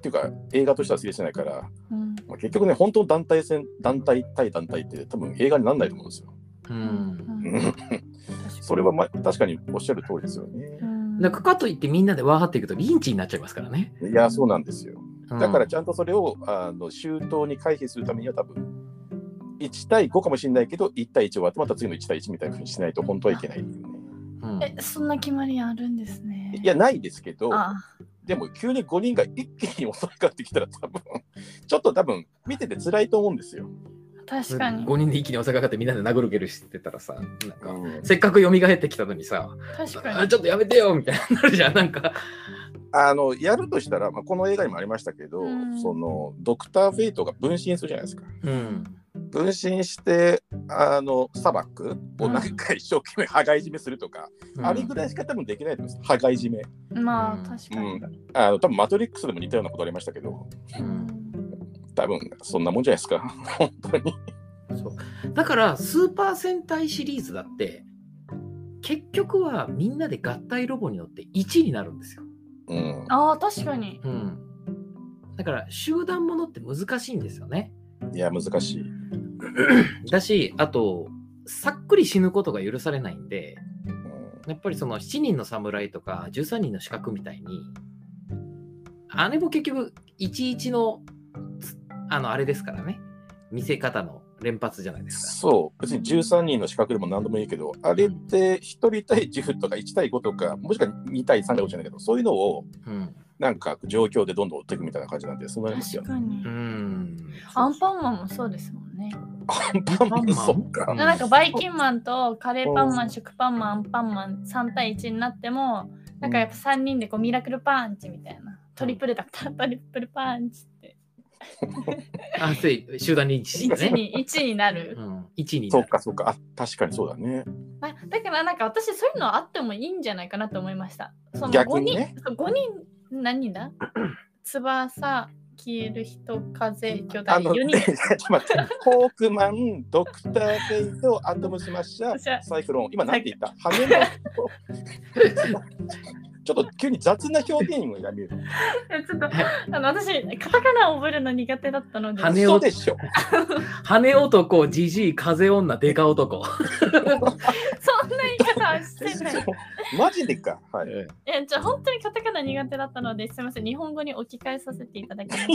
Speaker 3: ていうか映画としては成立しないから、
Speaker 1: うん、
Speaker 3: まあ、結局ね本当の団体戦団体対団体って多分映画にならないと思うんですよ。
Speaker 2: う。
Speaker 1: うんん、
Speaker 3: それは、まあ、確かにおっしゃる通りですよね。
Speaker 1: うん、
Speaker 2: なんかかといってみんなでわーっていくとリンチになっちゃいますからね。
Speaker 3: いやそうなんですよ。
Speaker 2: うん
Speaker 3: だからちゃんとそれをあの周到に回避するためには多分1対5かもしれないけど1対1終わってまた次の1対1みたいな風にしないと本当はいけないっていうね。
Speaker 2: うん
Speaker 1: え、そんな決まりあるんですね。
Speaker 3: いや、ないですけど、
Speaker 1: あ
Speaker 3: でも急に5人が一気に襲いかかってきたら、多分ちょっと多分見てて辛いと思うんですよ。
Speaker 1: 確かに
Speaker 2: 5人で一気に襲いかかってみんなで殴る蹴るしてたらさ、なんか、
Speaker 3: うん
Speaker 2: せっかく蘇ってきたのにさ、
Speaker 1: 確か
Speaker 2: あ
Speaker 1: に
Speaker 2: ちょっとやめてよみたいになるじゃん、な んか。
Speaker 3: あのやるとしたら、まあ、この映画にもありましたけど、
Speaker 1: うん
Speaker 3: そのドクター・フェイトが分身するじゃないですか。
Speaker 2: うん。
Speaker 3: 分身して、あの砂漠を何回一生懸命羽交い締めするとか、あれぐらいしか多分できないと思うんです。羽交い締め。
Speaker 1: まあ
Speaker 2: うん
Speaker 1: 確か
Speaker 3: う
Speaker 1: に、
Speaker 3: ん、あの多分マトリックスでも似たようなことありましたけど、
Speaker 2: うん
Speaker 3: 多分そんなもんじゃないですか、本当に。
Speaker 2: そうだから、スーパー戦隊シリーズだって、結局はみんなで合体ロボに乗って1になるんですよ。
Speaker 3: うん、
Speaker 1: ああ確かに
Speaker 2: うん。だから、集団ものって難しいんですよね。
Speaker 3: いや、難しい。
Speaker 2: だし、あと、さっくり死ぬことが許されないんで、
Speaker 3: うん
Speaker 2: やっぱりその7人の侍とか13人の資格みたいに、あれも結局、11の、つあの、あれですからね、見せ方の連発じゃないです
Speaker 3: そう、別に13人の資格でも何でもいいけど、あれって1人対10とか1対5とか、もしくは2対3かもしれないけど、そういうのを
Speaker 2: か。うん。
Speaker 3: なんか状況でどんどん追っていくみたいな感じなんで、そんなにです
Speaker 1: 確
Speaker 3: よ。
Speaker 1: かに、
Speaker 2: うん。
Speaker 1: アンパンマンもそうですもんね、
Speaker 3: アン パンマン、そっ
Speaker 2: う
Speaker 3: か
Speaker 2: ん。
Speaker 1: なんかバイキンマンとカレーパンマン食パンマンアンパンマン3対1になってもなんかやっぱ3人でこうミラクルパンチみたいなトリプルだったトリプルパンチって
Speaker 2: あ、つい、集団に1
Speaker 1: 1
Speaker 2: ね。
Speaker 1: に1になる
Speaker 2: うん、1に
Speaker 3: そ
Speaker 2: な
Speaker 3: っ
Speaker 2: る。
Speaker 3: か、そっか。あ、確かにそうだね。
Speaker 1: あだからなんか私そういうのあってもいいんじゃないかなと思いましたその
Speaker 3: 逆にね
Speaker 1: 5人5人何人 だ翼消える人風巨
Speaker 3: あ
Speaker 1: 大
Speaker 3: の、
Speaker 1: 4
Speaker 3: ちょ
Speaker 1: 人
Speaker 3: っと 待って、ホークマン、ドクター・フェイト、アトムスマッシャー、サイクロン、今何て言った羽の。 ちょっと急に雑な表現をやめる。
Speaker 1: えちょっと、あ の、私、カタカナを覚えるの苦手だったので、
Speaker 2: 羽を
Speaker 3: 嘘でしょ。
Speaker 2: 羽男、じじい、風女、デカ男。
Speaker 1: そんな言い方はして ない。
Speaker 3: マジでか。はい。
Speaker 1: え、じゃあ本当にカタカナ苦手だったので、すみません、日本語に置き換えさせていただきます。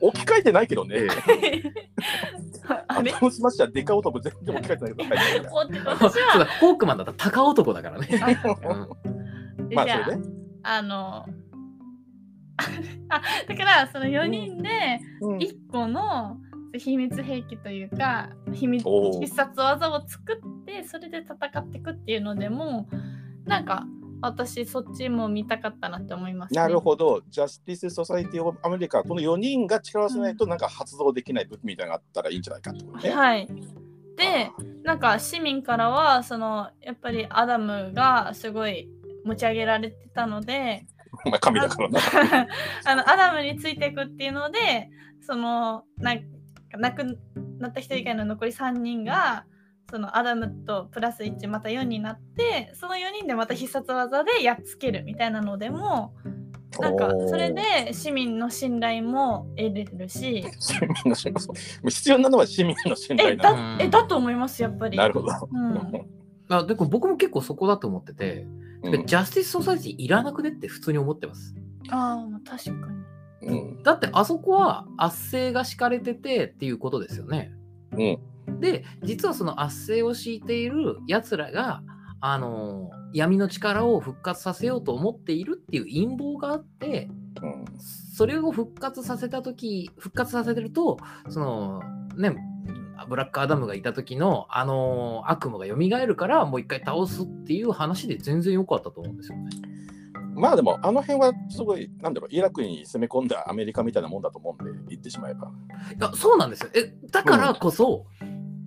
Speaker 3: 置き換えてないけどね。
Speaker 1: あれ
Speaker 3: アトムスマッシャー、デカ男全然置き換えてないけどはい
Speaker 1: お私
Speaker 2: そ
Speaker 1: は、
Speaker 2: うだ、ホークマンだった ら高男だからね。うん
Speaker 3: まあ、
Speaker 1: じゃ
Speaker 3: それ
Speaker 1: あ
Speaker 3: ね。
Speaker 1: あの、だからその4人で
Speaker 3: うん
Speaker 1: 1個の秘密兵器というか秘密
Speaker 3: おー
Speaker 1: 必殺技を作ってそれで戦っていくっていうのでもなんか私そっちも見たかったなって思います、ね。
Speaker 3: なるほど、ジャスティス・ソサイティ・オブ・アメリカ、この4人が力を合わせないと、なんか発動できない武器みたいなのがあったらいいんじゃないかってことね。
Speaker 1: はいでなんか市民からはそのやっぱりアダムがすごい持ち上げられてたので
Speaker 3: お前、神だからな。
Speaker 1: あのアダムについていくっていうのでそのなん亡くなった人以外の残り3人がそのアダムとプラス1また4になってその4人でまた必殺技でやっつけるみたいなのでもなんかそれで市民の信頼も得れるし
Speaker 3: 市民の信頼 必要なのは市民の信
Speaker 1: え
Speaker 3: 頼なの
Speaker 1: だえだと思いますやっぱり。
Speaker 3: なるほど。
Speaker 1: うん
Speaker 2: あでも僕も結構そこだと思ってて、
Speaker 3: うん
Speaker 2: ジャスティス・ソサイティいらなくねって普通に思ってます。
Speaker 1: ああまあ確かに。
Speaker 3: うん
Speaker 2: だってあそこは圧政が敷かれててっていうことですよね。
Speaker 3: うん
Speaker 2: で実はその圧政を敷いているやつらが、あの闇の力を復活させようと思っているっていう陰謀があって
Speaker 3: うん
Speaker 2: それを復活させた時復活させてるとそのねブラックアダムがいた時のあの悪夢が蘇るからもう一回倒すっていう話で全然良かったと思うんですよね。
Speaker 3: まあでも、あの辺はすごい、なんだろう、イラクに攻め込んだアメリカみたいなもんだと思うんで、言ってしまえば。
Speaker 2: いやそうなんですよえだからこそ、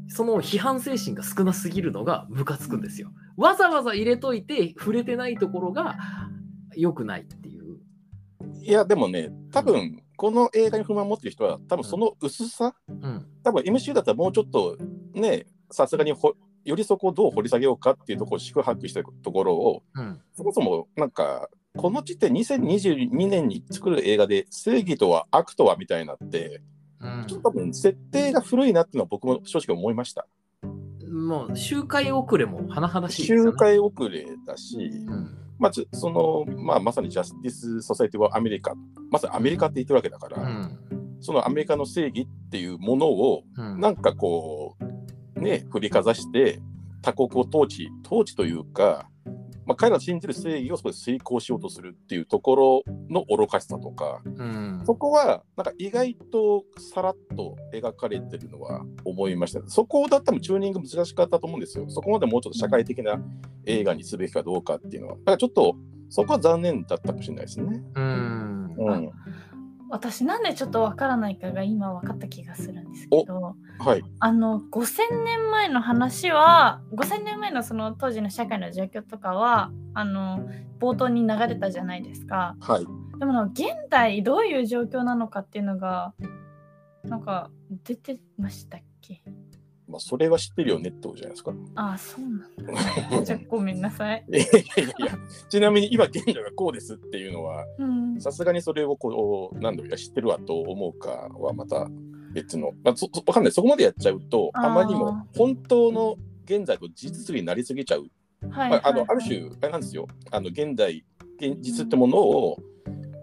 Speaker 2: その批判精神が少なすぎるのがムカつくんですよわざわざ入れといて触れてないところが良くないっていう
Speaker 3: いや、でもね、多分この映画に不満を持ってる人は、多分その薄さ、
Speaker 2: うん
Speaker 3: 多分 MC だったらもうちょっとね、さすがにほよりそこをどう掘り下げようかっていうところを宿泊してるところを、
Speaker 2: うん
Speaker 3: そもそもなんか、この時点2022年に作る映画で正義とは悪とはみたいになって、
Speaker 2: うん
Speaker 3: ちょっと多分設定が古いなっていうのは僕も正直思いました。
Speaker 2: もう周回遅れも甚だしいですよ、ね、
Speaker 3: 周回遅れだし、
Speaker 2: うん、
Speaker 3: まあ、つその、まあ、まさにジャスティス・ソサイティはアメリカ、まさにアメリカって言ってるわけだから、
Speaker 2: うん
Speaker 3: そのアメリカの正義っていうものを、
Speaker 2: うん
Speaker 3: なんかこう、ね、振りかざして、他国を統治、統治というか、まあ、彼らの信じる正義をそこで遂行しようとするっていうところの愚かしさとか、
Speaker 2: うん
Speaker 3: そこはなんか意外とさらっと描かれてるのは思いました、そこだったらチューニング難しかったと思うんですよ。そこまでもうちょっと社会的な映画にすべきかどうかっていうのは。だからちょっとそこは残念だったかもしれないですね。
Speaker 2: うん
Speaker 3: うん、
Speaker 1: 私なんでちょっとわからないかが今分かった気がするんですけど
Speaker 3: はい。
Speaker 1: あの5,000年前の話は5,000年前のその当時の社会の状況とかはあの冒頭に流れたじゃないですか
Speaker 3: はい。
Speaker 1: でもなんか現代どういう状況なのかっていうのがなんか出てましたっけ
Speaker 3: まあ、それは知ってるよねってことじゃないですか。
Speaker 1: ああそうなん だじゃあごめんなさい、
Speaker 3: いやいやいや、ちなみに今現在はこうですっていうのは、
Speaker 1: うん、
Speaker 3: さすがにそれをこう、なんだろう、いや知ってるわと思うかはまた別の、まあ、そそわかんない、そこまでやっちゃうと、
Speaker 1: あー
Speaker 3: あまりにも本当の現在と事実になりすぎちゃう。
Speaker 1: はい、
Speaker 3: ま
Speaker 1: はい
Speaker 3: あ、あのある種、あれなんですよ、あの現代、現実ってものを、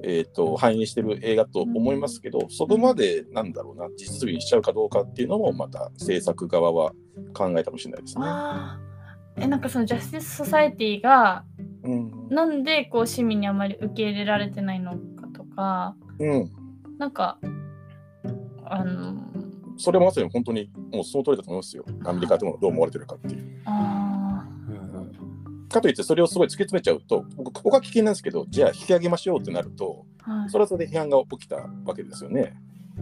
Speaker 3: えー、と反映してる映画と思いますけど、そこまでなんだろうな、実にしちゃうかどうかっていうのも、また制作側は考えたかもしれないですね。
Speaker 1: あーえなんかそのジャスティス・ソサイティが
Speaker 3: うん
Speaker 1: なんでこう市民にあまり受け入れられてないのかとか
Speaker 3: うん、
Speaker 1: なんかあの
Speaker 3: それもまさに本当にもうその通りだと思いますよ、アメリカってものがどう思われてるかっていう。
Speaker 1: あ
Speaker 2: うん
Speaker 3: かといってそれをすごい突き詰めちゃうと僕ここが危険なんですけどじゃあ引き上げましょうってなると
Speaker 1: ーはい
Speaker 3: それはそれで批判が起きたわけですよね。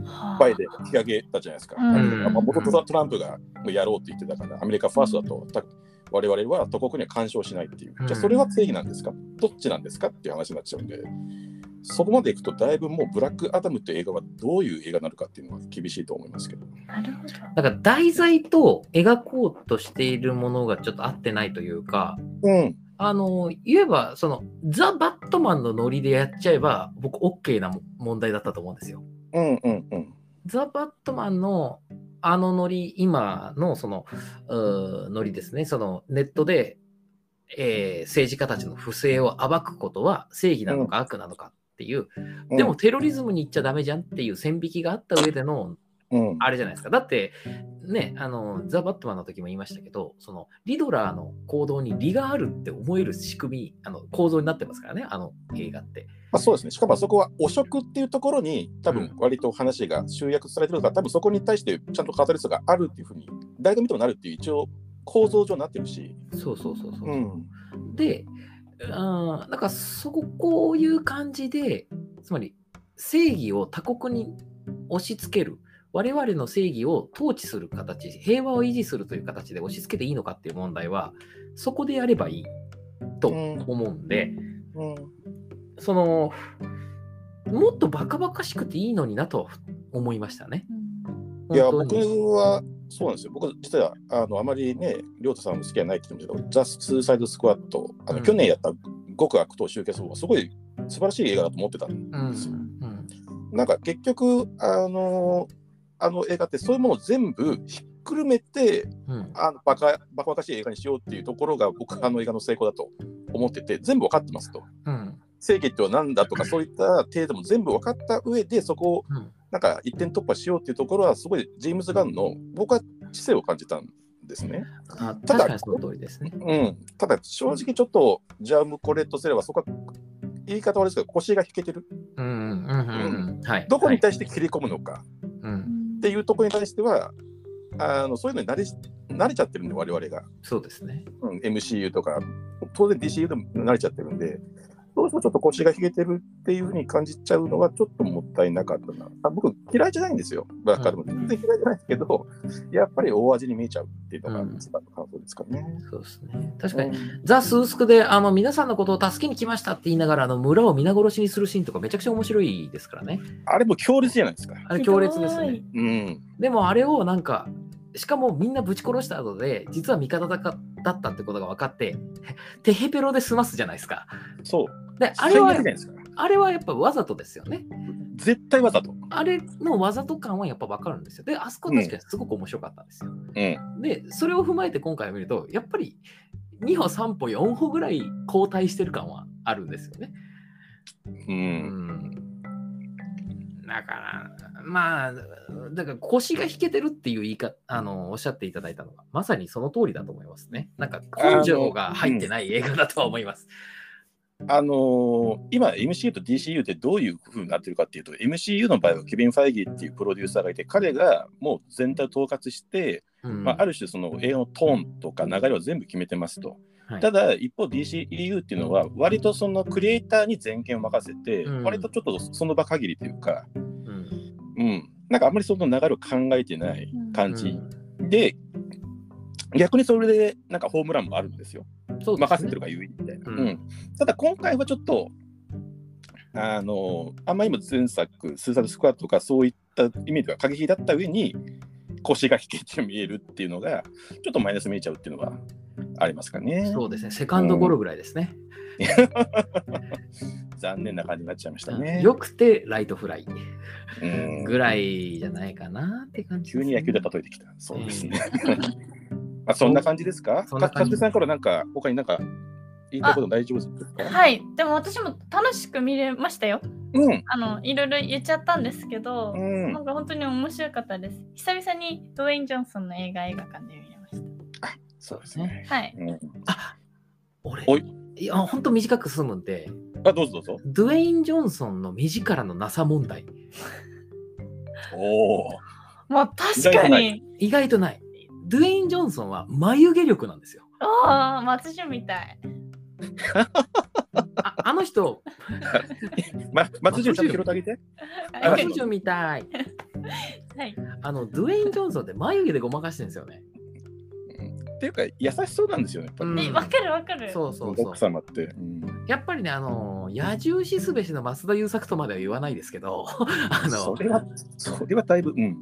Speaker 1: はあ
Speaker 3: バイデンが引き上げたじゃないですか。
Speaker 1: うん
Speaker 3: あまあ元々はトランプがもうやろうって言ってたからアメリカファーストだとた我々は他国には干渉しないっていう
Speaker 2: うん
Speaker 3: じゃあそれは正義なんですかどっちなんですかっていう話になっちゃうんでそこまでいくとだいぶもうブラックアダムっていう映画はどういう映画なのかっていうのは厳しいと思いますけど。
Speaker 1: なるほど
Speaker 2: だから題材と描こうとしているものがちょっと合ってないというか
Speaker 3: うん
Speaker 2: あの言えばそのザ・バットマンのノリでやっちゃえば僕 OK なも問題だったと思うんですよ。
Speaker 3: うんうんうん
Speaker 2: ザ・バットマンのあのノリ、今のそのうーノリですね、そのネットで、えー政治家たちの不正を暴くことは正義なのか悪なのかっていう、
Speaker 3: うん
Speaker 2: でもテロリズムに行っちゃダメじゃんっていう線引きがあった上での
Speaker 3: うん。
Speaker 2: あれじゃないですか。だって、ね、あの、ザ・バットマンの時も言いましたけど、その、リドラーの行動に理があるって思える仕組み、あの、構造になってますからね、あの映画って。
Speaker 3: まあ、そうですね。しかもあそこは汚職っていうところに、多分割と話が集約されてるから、多分そこに対してちゃんと語る人があるっていうふうに、誰が見てもなるっていう一応構造上なってるし。
Speaker 2: そうそうそうそう。
Speaker 3: うん。
Speaker 2: で、あーなんかそこ、こういう感じで、つまり正義を他国に押し付ける、我々の正義を統治する形、平和を維持するという形で押し付けていいのかっていう問題は、そこでやればいいと思うんで、
Speaker 3: うん。
Speaker 2: その、もっとバカバカしくていいのになとは思いましたね。
Speaker 3: いや、
Speaker 2: 本
Speaker 3: 僕
Speaker 2: 当に
Speaker 3: はそうなんですよ。僕、実はあのあまりね、りょうたさんも好きじゃないって言ってましたけど、ザ・スーサイド・スクワット、あの
Speaker 2: うん
Speaker 3: 去年やった極悪党集結法は、すごい素晴らしい映画だと思ってたん
Speaker 2: うん
Speaker 3: ですよ。
Speaker 2: うん
Speaker 3: なんか結局、あのあの映画ってそういうものを全部ひっくるめて、
Speaker 2: うん
Speaker 3: あのバカバカバカしい映画にしようっていうところが、僕はあの映画の成功だと思ってて、全部分かってますと。
Speaker 2: うん
Speaker 3: 正義っては何だとか、そういった程度も全部分かった上で、そこを
Speaker 2: うん
Speaker 3: なんか一点突破しようっていうところは、すごいジェームズ・ガンの僕は知性を感じたんですね。
Speaker 2: あ
Speaker 3: ただ
Speaker 2: 確かにその通りですね。
Speaker 3: うん、ただ、正直ちょっとジャム・コレットすれば、そこは言い方悪いですけど、腰が引けてる、
Speaker 2: うんうんうんうんうんはい。
Speaker 3: どこに
Speaker 2: はい
Speaker 3: 対して切り込むのか、
Speaker 2: うん
Speaker 3: っていうところに対しては、あのそういうのに慣れ慣れちゃってるんで、我々が、
Speaker 2: そうですね。
Speaker 3: うん、MCU とか、当然 DCU でも慣れちゃってるんで。どうしてもちょっと腰が引けてるっていうふうに感じちゃうのはちょっともったいなかったな。あ僕嫌いじゃないんですよ。バッカーでも全然嫌いじゃないですけど、やっぱり大味に見えちゃうっていうのが一番の感想ですかね。
Speaker 2: そうですね。確かに、ザ・スースクで、あの、皆さんのことを助けに来ましたって言いながら、あの、村を皆殺しにするシーンとかめちゃくちゃ面白いですからね。
Speaker 3: あれも強烈じゃないですか。
Speaker 2: あれ強烈です
Speaker 1: ひど
Speaker 2: ね
Speaker 1: い。
Speaker 3: うん。
Speaker 2: でもあれをなんか、しかもみんなぶち殺した後で、実は味方だかだったってことが分かって、テヘペロで済ますじゃないですか。
Speaker 3: そう。
Speaker 2: で、あ
Speaker 3: あ
Speaker 2: れ
Speaker 3: れは
Speaker 2: は
Speaker 3: じゃ、ないですか。
Speaker 2: あれはやっぱわざとですよね。
Speaker 3: 絶対わざと。
Speaker 2: あれのわざと感はやっぱ分かるんですよ。で、あそこは確かにすごく面白かったんですよ。
Speaker 3: うん。
Speaker 2: で、それを踏まえて今回見ると、やっぱり2歩、3歩、4歩ぐらい後退してる感はあるんですよね。
Speaker 3: う。
Speaker 2: うんん。だから、まあ、だから腰が引けてるっていう言い方、あの、おっしゃっていただいたのが、まさにその通りだと思いますね。なんか根性が入ってない映画だとは思います。
Speaker 3: あのー今 MCU と DCU ってどういう風になってるかっていうと MCU の場合はケビン・ファイギーっていうプロデューサーがいて彼がもう全体を統括して、
Speaker 2: うん
Speaker 3: まあ、ある種その映画のトーンとか流れを全部決めてますと、
Speaker 2: はい
Speaker 3: ただ一方 DCEU っていうのは割とそのクリエイターに全権を任せて、
Speaker 2: うん
Speaker 3: 割とちょっとその場限りというか、
Speaker 2: うん
Speaker 3: うん、なんかあんまりその流れを考えてない感じ、で逆にそれでなんかホームランもあるんですよ。
Speaker 2: そうですね
Speaker 3: 任せてるがゆえにみたいな、
Speaker 2: う
Speaker 3: うんんただ今回はちょっとあのあんまりにも前作スーサルスクワットとかそういった意味では過激だった上に腰が引けて見えるっていうのがちょっとマイナス見えちゃうっていうのはありますかね
Speaker 2: そうですね、セカンドゴロぐらいですね。
Speaker 3: 残念な感じになっちゃいました
Speaker 2: うん
Speaker 3: ね
Speaker 2: よくてライトフライ
Speaker 3: うん
Speaker 2: ぐらいじゃないかなって感じです
Speaker 3: 急
Speaker 2: ね、
Speaker 3: に野球で例えてきたそうですね、 まあそんな感じですか
Speaker 2: そん
Speaker 3: か
Speaker 2: な感
Speaker 3: か
Speaker 2: じ
Speaker 3: つてさんからなんか他になんか言いたいこと大丈夫ですか
Speaker 1: はい、でも私も楽しく見れましたよ。
Speaker 3: うん
Speaker 1: あのいろいろ言っちゃったんですけど、
Speaker 3: うん
Speaker 1: なんか本当に面白かったです。久々にドウェイン・ジョンソンの映画映画館で見れまし
Speaker 3: そうですね、
Speaker 1: た。はい。
Speaker 3: うん、
Speaker 2: あ俺
Speaker 3: おい
Speaker 2: いやほんと短く済むんで
Speaker 3: あどうぞどうぞ
Speaker 2: ドゥエイン・ジョンソンの目力のなさ問題
Speaker 3: おお
Speaker 1: まあ確か
Speaker 3: 意外とな
Speaker 1: に
Speaker 3: い。
Speaker 2: 意外とないドゥエイン・ジョンソンは眉毛力なんですよ
Speaker 1: ああ、松潤みたい。
Speaker 2: ああの人
Speaker 3: ま、松潤ちゃんと拾ってあげて。
Speaker 1: は
Speaker 3: あ
Speaker 1: い
Speaker 2: 彼女みたい
Speaker 1: はい。
Speaker 2: あのドゥエイン・ジョンソンって眉毛でごまかしてるんですよね
Speaker 3: っていうか、優しそうなんですよね、やっぱり。
Speaker 2: うん
Speaker 1: えわかるわかる。
Speaker 2: そうそうそう
Speaker 3: 奥様って。うん
Speaker 2: やっぱりねあの野獣しすべしの増田優作とまでは言わないですけど あの
Speaker 3: それは、それはだいぶ、うん。
Speaker 2: うん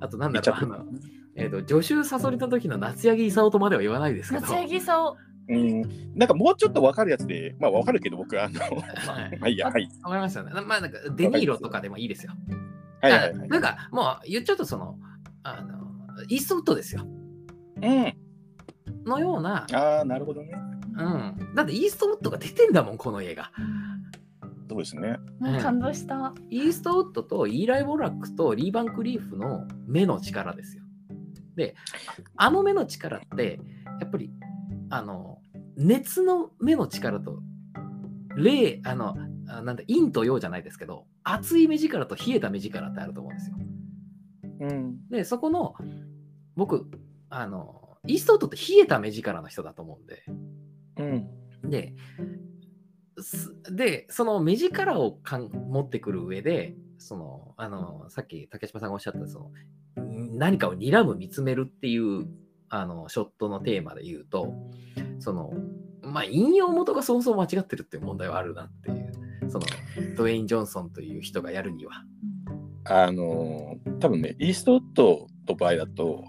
Speaker 2: あとなんだ
Speaker 3: 見ちゃ
Speaker 2: ろう
Speaker 3: っ
Speaker 2: あ
Speaker 3: た
Speaker 2: の、えー、と助手サソリの時の夏柳功とまでは言わないですけど
Speaker 1: 夏柳さを。
Speaker 3: うん、なんかもうちょっと分かるやつで、まあ分かるけど、僕、あの、
Speaker 2: はい
Speaker 3: まあいいや、はい。
Speaker 2: わかりますよねなまあなんかデニーロとかでもいいですよ
Speaker 3: はいはいは
Speaker 2: あ
Speaker 3: い。
Speaker 2: なんかもう言っちゃうとそのあのイーストウッドですよ
Speaker 3: うん。
Speaker 2: のような、
Speaker 3: ああ、なるほどね。
Speaker 2: うん、だってイーストウッドが出てんだもんこの映画
Speaker 3: どそうですね。
Speaker 1: うん感動した。
Speaker 2: イーストウッドとイーライ・ウォラックとリーバン・クリーフの目の力ですよ。で、あの目の力って、やっぱり、あの、熱の目の力と、霊、あの、あなんだ、陰と陽じゃないですけど、熱い目力と冷えた目力ってあると思うんですよ。
Speaker 3: うん。
Speaker 2: で、そこの、僕、あの、イーストウッドって冷えた目力の人だと思うんで、
Speaker 3: うん。
Speaker 2: で、すでその目力をかん持ってくる上で、そのあのさっき竹島さんがおっしゃったそのん何かを睨む、見つめるっていうあのショットのテーマで言うと、そのまあ、引用元がそもそも間違ってるっていう問題はあるなっていう、そのドウェイン・ジョンソンという人がやるには。
Speaker 3: あのー多分ね、イーストウッドの場合だと、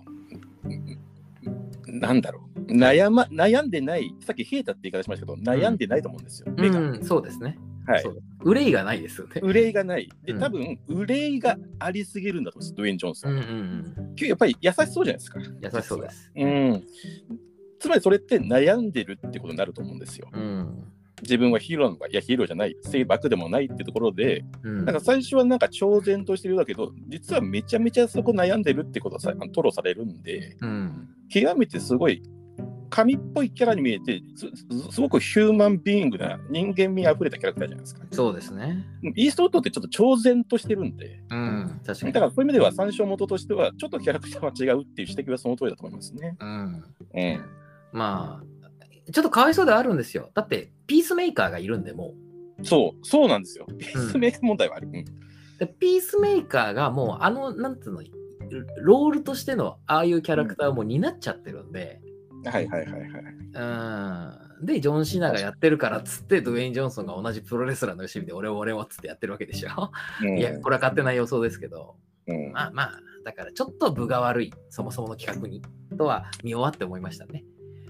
Speaker 3: んなんだろう悩、ま、悩んでない、さっき冷えたって言い方しましたけど、悩んでないと思うんですよ、目が。
Speaker 2: うん、そうですね。
Speaker 3: はい
Speaker 2: そう。憂いがないですよね。
Speaker 3: 憂いがない。で、
Speaker 2: うん
Speaker 3: 多分、憂いがありすぎるんだと思うんです、ドウェイン・ジョンソ
Speaker 2: うん
Speaker 3: ン。
Speaker 2: うんうん、
Speaker 3: やっぱり優しそうじゃないですか。
Speaker 2: 優しそうです。
Speaker 3: うん。つまりそれって悩んでるってことになると思うんですよ。
Speaker 2: うん。
Speaker 3: 自分はヒーローなのか、いやヒーローじゃない、性悪でもないってところで、
Speaker 2: うん
Speaker 3: なんか最初はなんか超然としてるようだけど、実はめちゃめちゃそこ悩んでるってことはさあの吐露されるんで、
Speaker 2: うん
Speaker 3: 極めてすごい神っぽいキャラに見えてすすすごくヒューマンビーイングな人間味あふれたキャラクターじゃないですか。
Speaker 2: そうですね。
Speaker 3: イーストウッドってちょっと超然としてるんで、
Speaker 2: うん、確か
Speaker 3: だ
Speaker 2: に。
Speaker 3: からそういう意味では参照元としては、ちょっとキャラクターは違うっていう指摘はその通りだと思いますね。
Speaker 2: うん、
Speaker 3: うん、
Speaker 2: まあ、ちょっとかわいそうではあるんですよ。だって、ピースメーカーがいるんで、も
Speaker 3: そう、そうなんですよ。ペースメイク問題はある。うん
Speaker 2: う。でピースメーカーがもう、あの、なんていうの、ロールとしてのああいうキャラクターをもう担っちゃってるんで、
Speaker 3: はいはいはいはい。
Speaker 2: うん、で、ジョン・シナがやってるからっつって、ドウェイン・ジョンソンが同じプロレスラーの趣味で、俺は俺はっつってやってるわけでしょ。
Speaker 3: うん
Speaker 2: いや、これは勝手な予想ですけど、
Speaker 3: うん
Speaker 2: まあまあ、だからちょっと分が悪い、そもそもの企画に、とは見終わって思いましたね。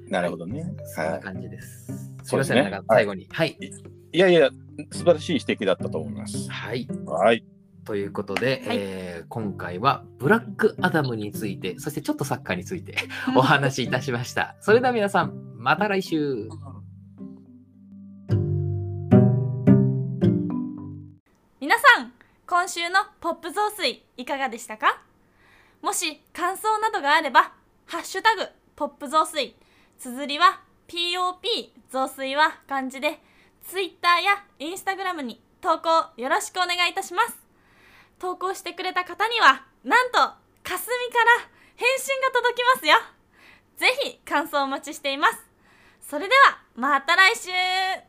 Speaker 3: なるほどね。
Speaker 2: そんな
Speaker 3: は
Speaker 2: 感じです。すい
Speaker 3: そ
Speaker 2: ま
Speaker 3: うです
Speaker 2: せ
Speaker 3: ね
Speaker 2: ん、なんか最後に。はい。
Speaker 3: い。いやいや、素晴らしい指摘だったと思います。
Speaker 2: はい
Speaker 3: はい。
Speaker 2: ということで、
Speaker 1: はい
Speaker 2: えー今回はブラックアダムについてそしてちょっとサッカーについて
Speaker 1: うん
Speaker 2: お話しいたしました。それでは皆さんまた来週
Speaker 1: 皆さん今週のポップ増水いかがでしたかもし感想などがあれば「ハッシュタグポップ増水」綴りは POP 増水は漢字で Twitter や Instagram に投稿よろしくお願いいたします投稿してくれた方にはなんとかすみから返信が届きますよぜひ感想をお待ちしていますそれではまた来週